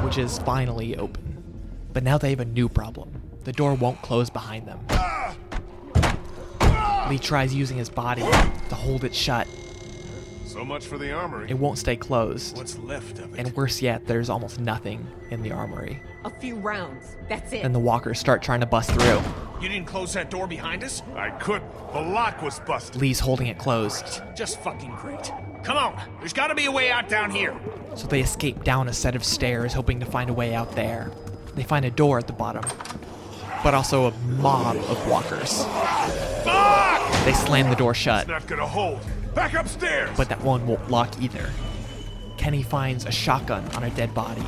which is finally open. But now they have a new problem. The door won't close behind them. Lee tries using his body to hold it shut. So much for the armory. It won't stay closed. What's left of And worse yet, there's almost nothing in the armory. A few rounds. That's it. And the walkers start trying to bust through. You didn't close that door behind us? I couldn't. The lock was busted. Lee's holding it closed. Just fucking great. Come on, there's gotta be a way out down here. So they escape down a set of stairs, hoping to find a way out there. They find a door at the bottom, but also a mob of walkers. They slam the door shut, Not gonna hold. Back upstairs! but that one won't lock either. Kenny finds a shotgun on a dead body.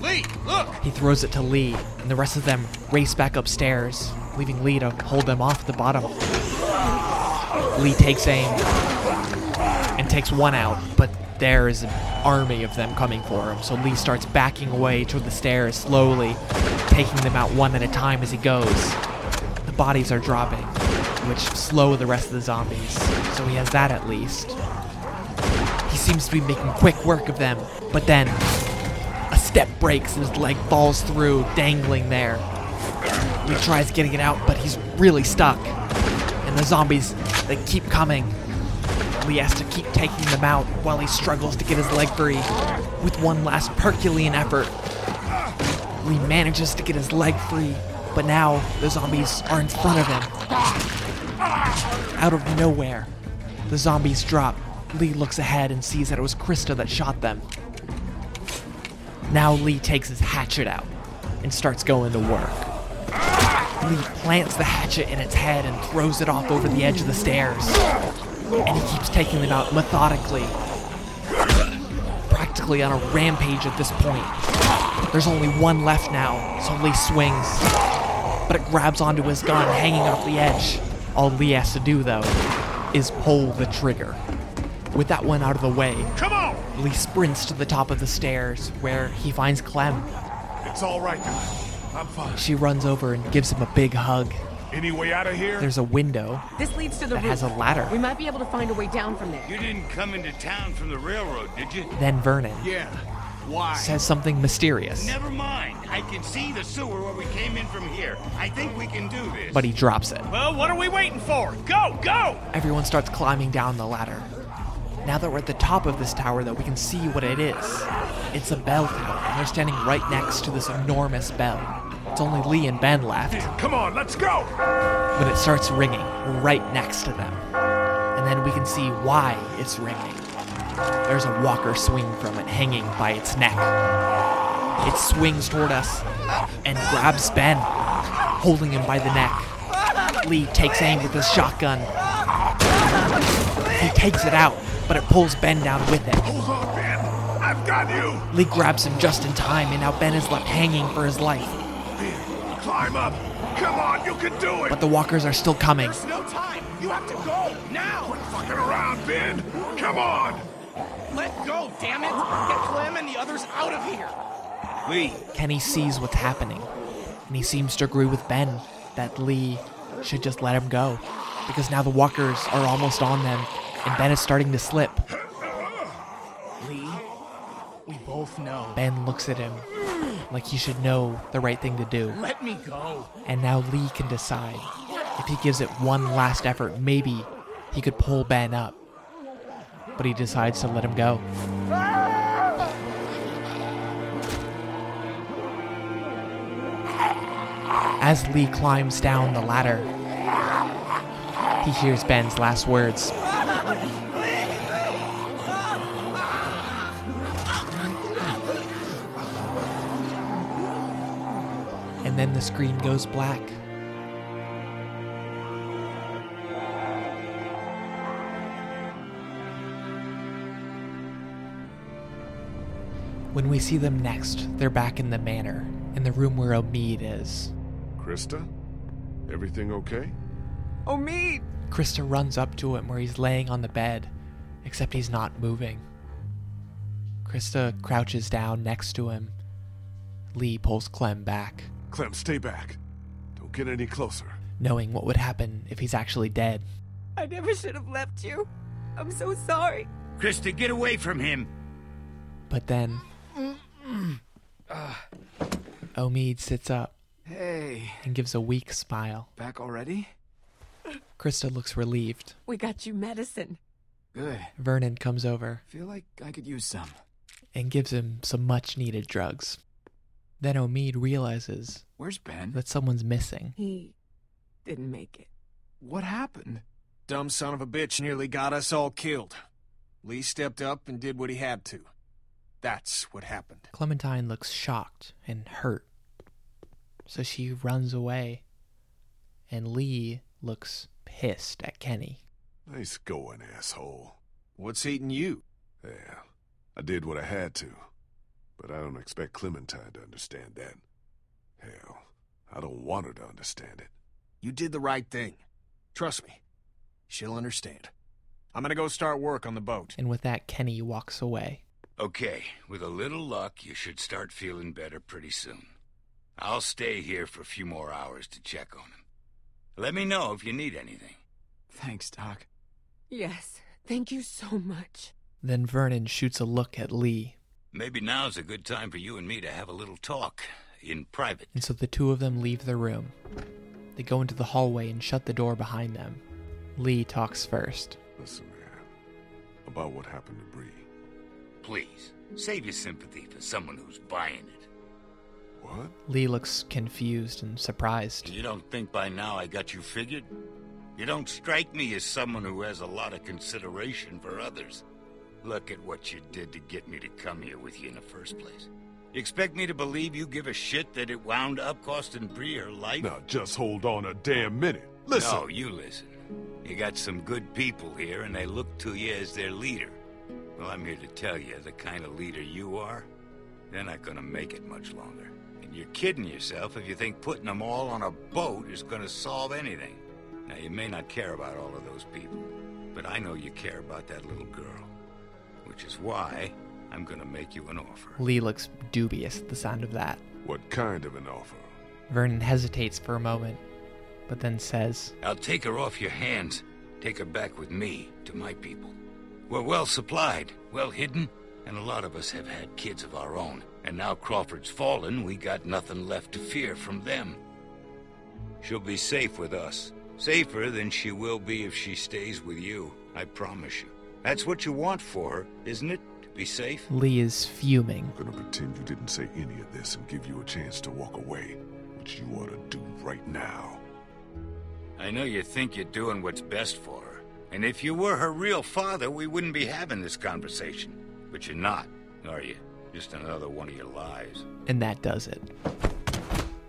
Lee, look! He throws it to Lee, and the rest of them race back upstairs, leaving Lee to hold them off at the bottom. Lee takes aim and takes one out, but there is an army of them coming for him, so Lee starts backing away toward the stairs slowly, taking them out one at a time as he goes. The bodies are dropping, which slow the rest of the zombies, so he has that at least. He seems to be making quick work of them, but then a step breaks and his leg falls through, dangling there. Lee tries getting it out, but he's really stuck. And the zombies, they keep coming. Lee has to keep taking them out while he struggles to get his leg free. With one last Herculean effort, Lee manages to get his leg free, but now the zombies are in front of him. Ah! Out of nowhere, the zombies drop. Lee looks ahead and sees that it was Krista that shot them. Now Lee takes his hatchet out and starts going to work. Lee plants the hatchet in its head and throws it off over the edge of the stairs. And he keeps taking them out methodically, practically on a rampage at this point. There's only one left now, so Lee swings. But it grabs onto his gun hanging off the edge. All Lee has to do, though, is pull the trigger. With that one out of the way, Come on! Lee sprints to the top of the stairs where he finds Clem. It's all right now. I'm fine. She runs over and gives him a big hug. Any way out of here? There's a window. This leads to the That roof. has a ladder. We might be able to find a way down from there. You didn't come into town from the railroad, did you? Then Vernon Yeah. Why? says something mysterious, Never mind. I can see the sewer where we came in from here. I think we can do this. but he drops it. Well, what are we waiting for? Go, go! Everyone starts climbing down the ladder. Now that we're at the top of this tower, though, we can see what it is. It's a bell tower, and they're standing right next to this enormous bell. It's only Lee and Ben left. Come on, let's go! when it starts ringing right next to them. And then we can see why it's ringing. There's a walker swing from it hanging by its neck. It swings toward us and grabs Ben, holding him by the neck. Lee takes aim with his shotgun. He takes it out, but it pulls Ben down with it. Hold on, man. I've got you! Lee grabs him just in time, and now Ben is left hanging for his life. Here, climb up! Come on, you can do it! But the walkers are still coming. There's no time! You have to go! Now! Quit fucking around, Ben! Come on! Let go, damn it! Get Clem and the others out of here! Lee! Kenny sees what's happening, and he seems to agree with Ben that Lee should just let him go, because now the walkers are almost on them, and Ben is starting to slip. Lee, we both know. Ben looks at him like he should know the right thing to do. Let me go. And now Lee can decide. If he gives it one last effort, maybe he could pull Ben up. But he decides to let him go. Ah! As Lee climbs down the ladder, he hears Ben's last words. And then the screen goes black. When we see them next, they're back in the manor, in the room where Omid is. Krista? Everything okay? Oh, Omid! Krista runs up to him where he's laying on the bed, except he's not moving. Krista crouches down next to him. Lee pulls Clem back, Clem, stay back. Don't get any closer. knowing what would happen if he's actually dead. I never should have left you. I'm so sorry. Krista, get away from him! But then, Omid sits up Hey, and gives a weak smile. back already? Krista looks relieved. We got you medicine. Good. Vernon comes over Feel like I could use some. and gives him some much needed drugs. Then Omid realizes Where's Ben? that someone's missing. He didn't make it. What happened? Dumb son of a bitch nearly got us all killed. Lee stepped up and did what he had to. That's what happened. Clementine looks shocked and hurt. So she runs away, and Lee looks pissed at Kenny. Nice going, asshole. What's eating you? Yeah, I did what I had to. But I don't expect Clementine to understand that. Hell, I don't want her to understand it. You did the right thing. Trust me. She'll understand. I'm gonna go start work on the boat. And with that, Kenny walks away. Okay, with a little luck, you should start feeling better pretty soon. I'll stay here for a few more hours to check on him. Let me know if you need anything. Thanks, Doc. Yes. Thank you so much. Then Vernon shoots a look at Lee, Maybe now's a good time for you and me to have a little talk in private. and so the two of them leave the room. They go into the hallway and shut the door behind them. Lee talks first. Listen, man, about what happened to Bree. Please, save your sympathy for someone who's buying it. What? Lee looks confused and surprised. You don't think by now I got you figured? You don't strike me as someone who has a lot of consideration for others. Look at what you did to get me to come here with you in the first place. You expect me to believe you give a shit that it wound up costing Bree her life? Now just hold on a damn minute. Listen. No, you listen. You got some good people here, and they look to you as their leader. Well, I'm here to tell you the kind of leader you are, they're not gonna make it much longer. And you're kidding yourself if you think putting them all on a boat is gonna solve anything. Now, you may not care about all of those people, but I know you care about that little girl. Which is why I'm gonna make you an offer. Lee looks dubious at the sound of that. What kind of an offer? Vernon hesitates for a moment, but then says, I'll take her off your hands. Take her back with me to my people. We're well supplied, well hidden, and a lot of us have had kids of our own. And now Crawford's fallen, we got nothing left to fear from them. She'll be safe with us. Safer than she will be if she stays with you, I promise you. That's what you want for her, isn't it? To be safe? Lee is fuming. I'm gonna pretend you didn't say any of this and give you a chance to walk away, which you ought to do right now. I know you think you're doing what's best for her. And if you were her real father, we wouldn't be having this conversation. But you're not, are you? Just another one of your lies. And that does it.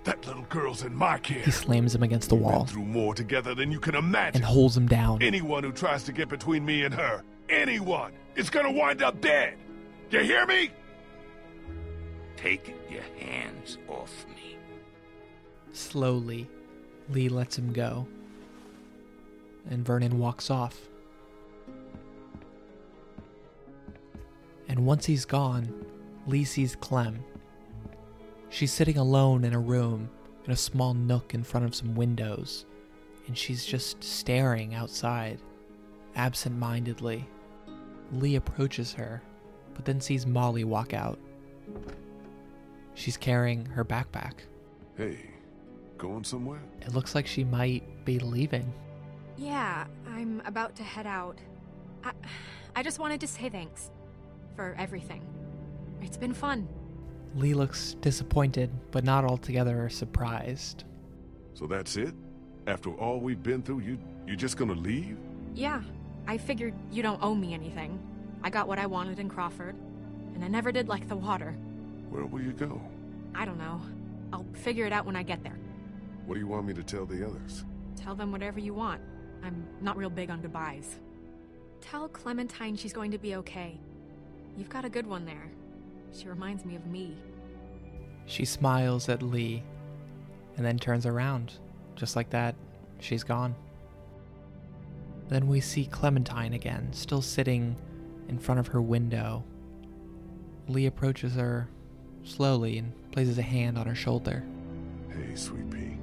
That little girl's in my care. He slams him against the Been wall through more together than you can and imagine. holds him down. Anyone who tries to get between me and her, anyone, is gonna wind up dead. You hear me? Take your hands off me. Slowly, Lee lets him go. And Vernon walks off. And once he's gone, Lee sees Clem. She's sitting alone in a room in a small nook in front of some windows, and she's just staring outside, absent mindedly. Lee approaches her, but then sees Molly walk out. She's carrying her backpack. Hey, going somewhere? It looks like she might be leaving. Yeah, I'm about to head out. I, I just wanted to say thanks for everything. It's been fun. Lee looks disappointed, but not altogether surprised. So that's it? After all we've been through, you you just gonna leave? Yeah, I figured you don't owe me anything. I got what I wanted in Crawford, and I never did like the water. Where will you go? I don't know. I'll figure it out when I get there. What do you want me to tell the others? Tell them whatever you want. I'm not real big on goodbyes. Tell Clementine she's going to be okay. You've got a good one there. She reminds me of me. She smiles at Lee and then turns around. Just like that, she's gone. Then we see Clementine again, still sitting in front of her window. Lee approaches her slowly and places a hand on her shoulder. Hey, sweet pea.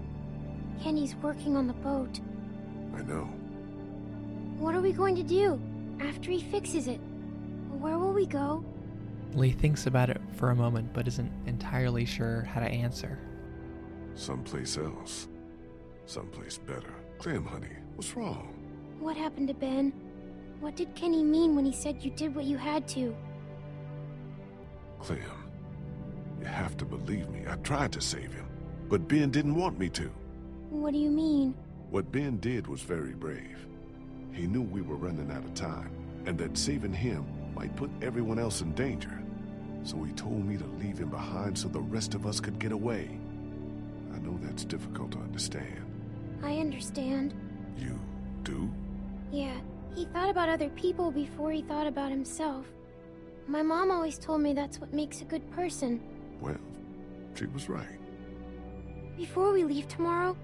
Kenny's working on the boat. I know. What are we going to do after he fixes it? Where will we go? Lee thinks about it for a moment but isn't entirely sure how to answer. Someplace else. Someplace better. Clem, honey, what's wrong? What happened to Ben? What did Kenny mean when he said you did what you had to? Clem, you have to believe me. I tried to save him, but Ben didn't want me to. What do you mean? What Ben did was very brave. He knew we were running out of time, and that saving him might put everyone else in danger. So he told me to leave him behind so the rest of us could get away. I know that's difficult to understand. I understand. You do? Yeah, he thought about other people before he thought about himself. My mom always told me that's what makes a good person. Well, she was right. Before we leave tomorrow,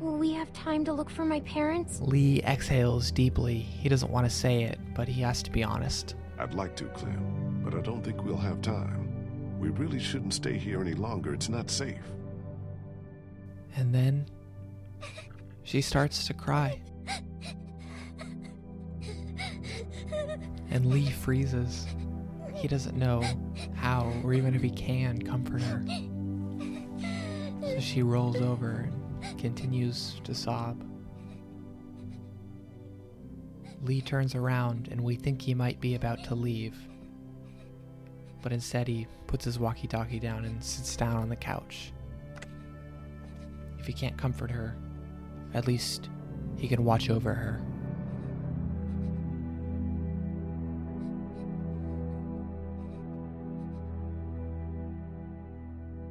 will we have time to look for my parents? Lee exhales deeply. He doesn't want to say it, but he has to be honest. I'd like to, Clem, but I don't think we'll have time. We really shouldn't stay here any longer. It's not safe. And then she starts to cry. And Lee freezes. He doesn't know how, or even if he can, comfort her. So she rolls over and continues to sob. Lee turns around, and we think he might be about to leave. But instead, he puts his walkie talkie down and sits down on the couch. If he can't comfort her, at least he can watch over her.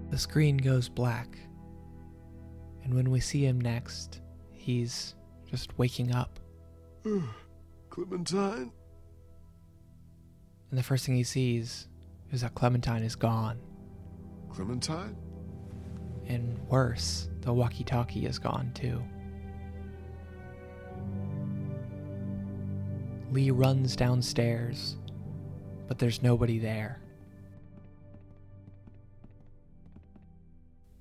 The screen goes black, and when we see him next, he's just waking up. Hmm. Clementine? And the first thing he sees is that Clementine is gone. Clementine? And worse, the walkie talkie is gone too. Lee runs downstairs, but there's nobody there.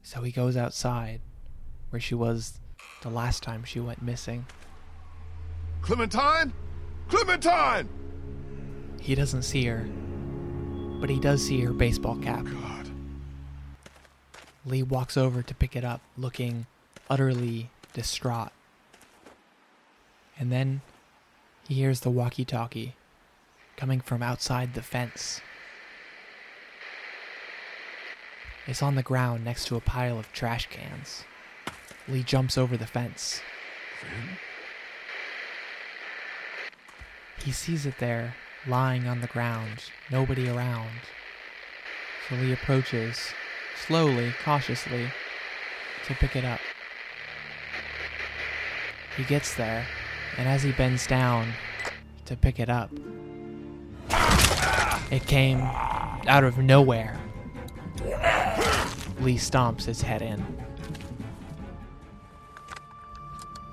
So he goes outside, where she was the last time she went missing. Clementine? Clementine! He doesn't see her, but he does see her baseball cap. God. Lee walks over to pick it up, looking utterly distraught. And then he hears the walkie talkie coming from outside the fence. It's on the ground next to a pile of trash cans. Lee jumps over the fence. Clem? He sees it there, lying on the ground, nobody around. So Lee approaches, slowly, cautiously, to pick it up. He gets there, and as he bends down to pick it up, it came out of nowhere Lee stomps his head in.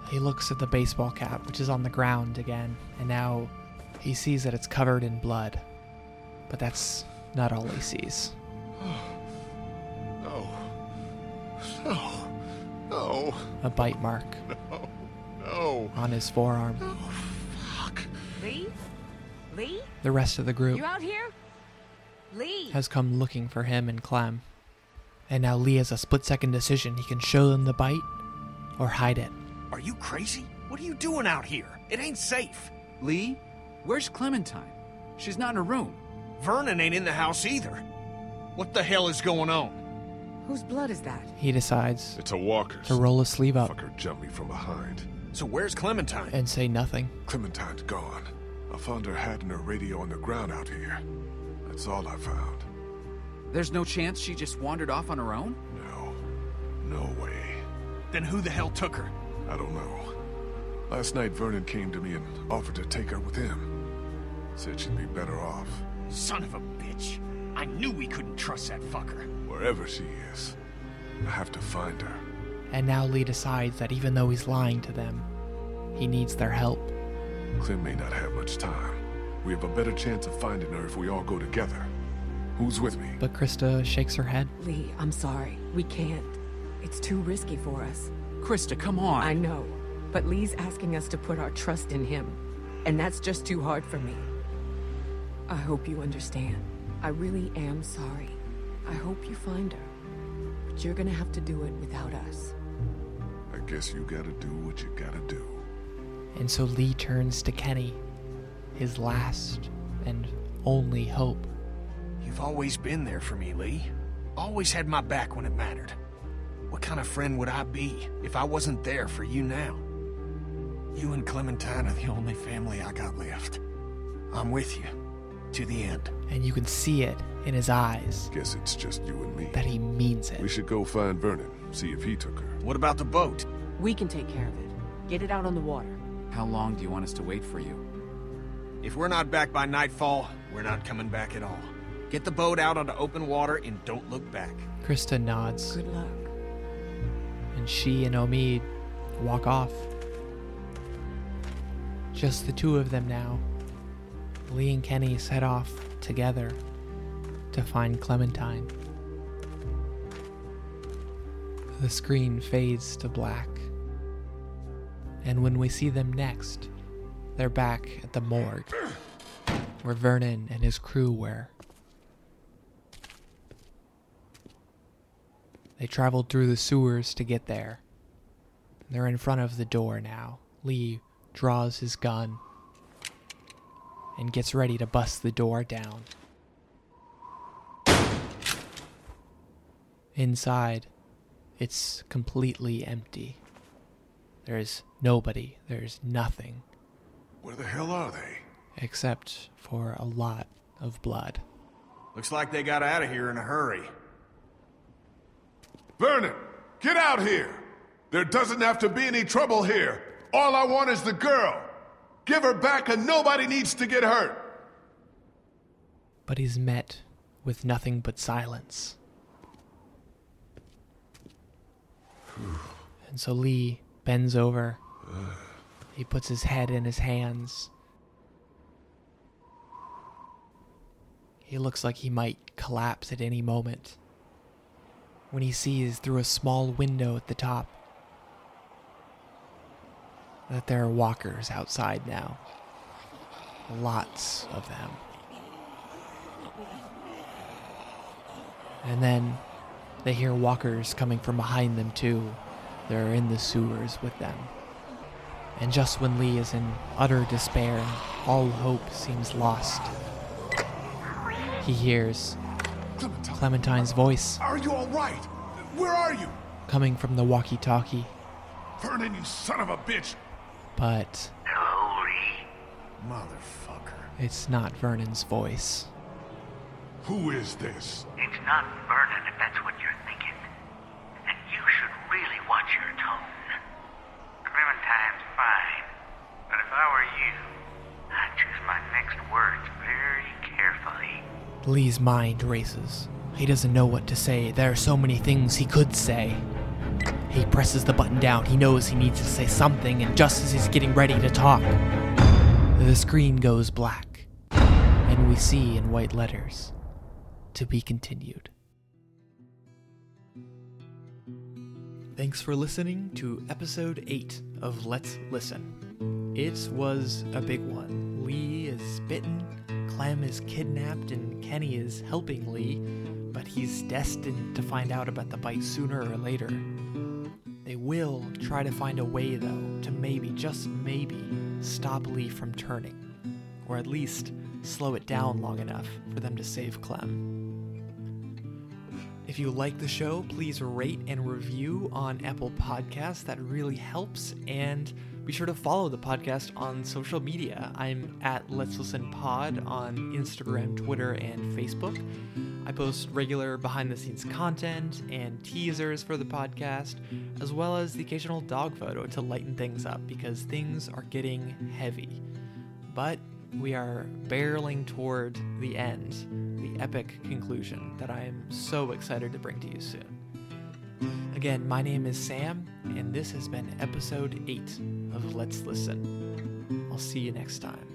He looks at the baseball cap, which is on the ground again, and now he sees that it's covered in blood. But that's not all he sees. No. No. No. A bite [LAUGHS] mark No. No. on his forearm. Oh, Lee? Lee? The rest of the group You out here? Lee! has come looking for him and Clem. And now Lee has a split second decision. He can show them the bite or hide it. Are you crazy? What are you doing out here? It ain't safe. Lee, where's Clementine? She's not in her room. Vernon ain't in the house either. What the hell is going on? Whose blood is that? He decides It's a walker's. to roll a sleeve up Fucker jumped me from behind. So where's Clementine? and say nothing. Clementine's gone. I found her hat and her radio on the ground out here. That's all I found. There's no chance she just wandered off on her own? No way. Then who the hell took her? I don't know. Last night, Vernon came to me and offered to take her with him. Said she'd be better off Son of a bitch. I knew we couldn't trust that fucker. wherever she is. I have to find her. And now Lee decides that even though he's lying to them, he needs their help. Clem may not have much time. We have a better chance of finding her if we all go together. Who's with me? But Krista shakes her head. Lee, I'm sorry. We can't. It's too risky for us. Krista, come on. I know, but Lee's asking us to put our trust in him, and that's just too hard for me. I hope you understand. I really am sorry. I hope you find her, but you're gonna have to do it without us. I guess you gotta do what you gotta do. And so Lee turns to Kenny, his last and only hope. You've always been there for me, Lee. Always had my back when it mattered. What kind of friend would I be if I wasn't there for you now? You and Clementine are the only family I got left. I'm with you to the end. And you can see it in his eyes Guess it's just you and me. that he means it. We should go find Vernon, see if he took her. What about the boat? We can take care of it. Get it out on the water. How long do you want us to wait for you? If we're not back by nightfall, we're not coming back at all. Get the boat out onto open water and don't look back. Krista nods, Good luck. and she and Omid walk off. Just the two of them now. Lee and Kenny set off together to find Clementine. The screen fades to black, and when we see them next, they're back at the morgue where Vernon and his crew were. They traveled through the sewers to get there. They're in front of the door now. Lee draws his gun and gets ready to bust the door down. Inside, it's completely empty. There's nobody, there's nothing, Where the hell are they? except for a lot of blood. Looks like they got out of here in a hurry. Vernon, get out here! There doesn't have to be any trouble here. All I want is the girl. Give her back and nobody needs to get hurt. But he's met with nothing but silence. And so Lee bends over. He puts his head in his hands. He looks like he might collapse at any moment. When he sees through a small window at the top that there are walkers outside now. Lots of them. And then they hear walkers coming from behind them, too. They're in the sewers with them. And just when Lee is in utter despair, all hope seems lost, he hears Clementine, Clementine's voice are you all right? Where are you? coming from the walkie talkie, Vernon, you son of a bitch! but Motherfucker. it's not Vernon's voice. Who is this? It's not Vernon if that's what you're thinking. And you should really watch your tone. Clementine's fine, but if I were you, I'd choose my next words very carefully. Lee's mind races. He doesn't know what to say. There are so many things he could say. He presses the button down. He knows he needs to say something, and just as he's getting ready to talk, the screen goes black, and we see in white letters to be continued. Thanks for listening to episode 8 of Let's Listen. It was a big one. Lee is bitten, Clem is kidnapped, and Kenny is helping Lee, but he's destined to find out about the bite sooner or later. They will try to find a way, though, to maybe, just maybe, stop Lee from turning, or at least slow it down long enough for them to save Clem. If you like the show, please rate and review on Apple Podcasts. That really helps. And be sure to follow the podcast on social media. I'm at Let's Listen Pod on Instagram, Twitter, and Facebook. I post regular behind the scenes content and teasers for the podcast, as well as the occasional dog photo to lighten things up because things are getting heavy. But we are barreling toward the end, the epic conclusion that I am so excited to bring to you soon. Again, my name is Sam, and this has been episode 8 of Let's Listen. I'll see you next time.